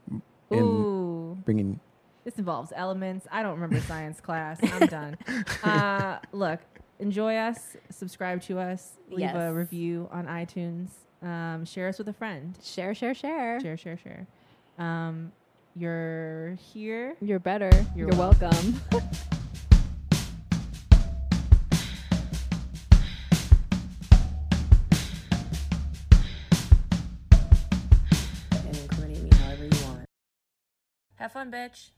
Speaker 3: and
Speaker 1: Ooh.
Speaker 3: bringing
Speaker 1: This involves elements. I don't remember science class.
Speaker 3: (laughs)
Speaker 1: I'm done. Uh, look, enjoy us. Subscribe to us. Leave a
Speaker 2: Yes.
Speaker 1: review on iTunes. Um, share us with a friend.
Speaker 2: Share, share, share.
Speaker 1: Share, share, share. Um, you're here.
Speaker 2: You're better.
Speaker 1: You're
Speaker 2: You're, welcome.
Speaker 4: and incriminate me however you want.
Speaker 1: Have fun, bitch.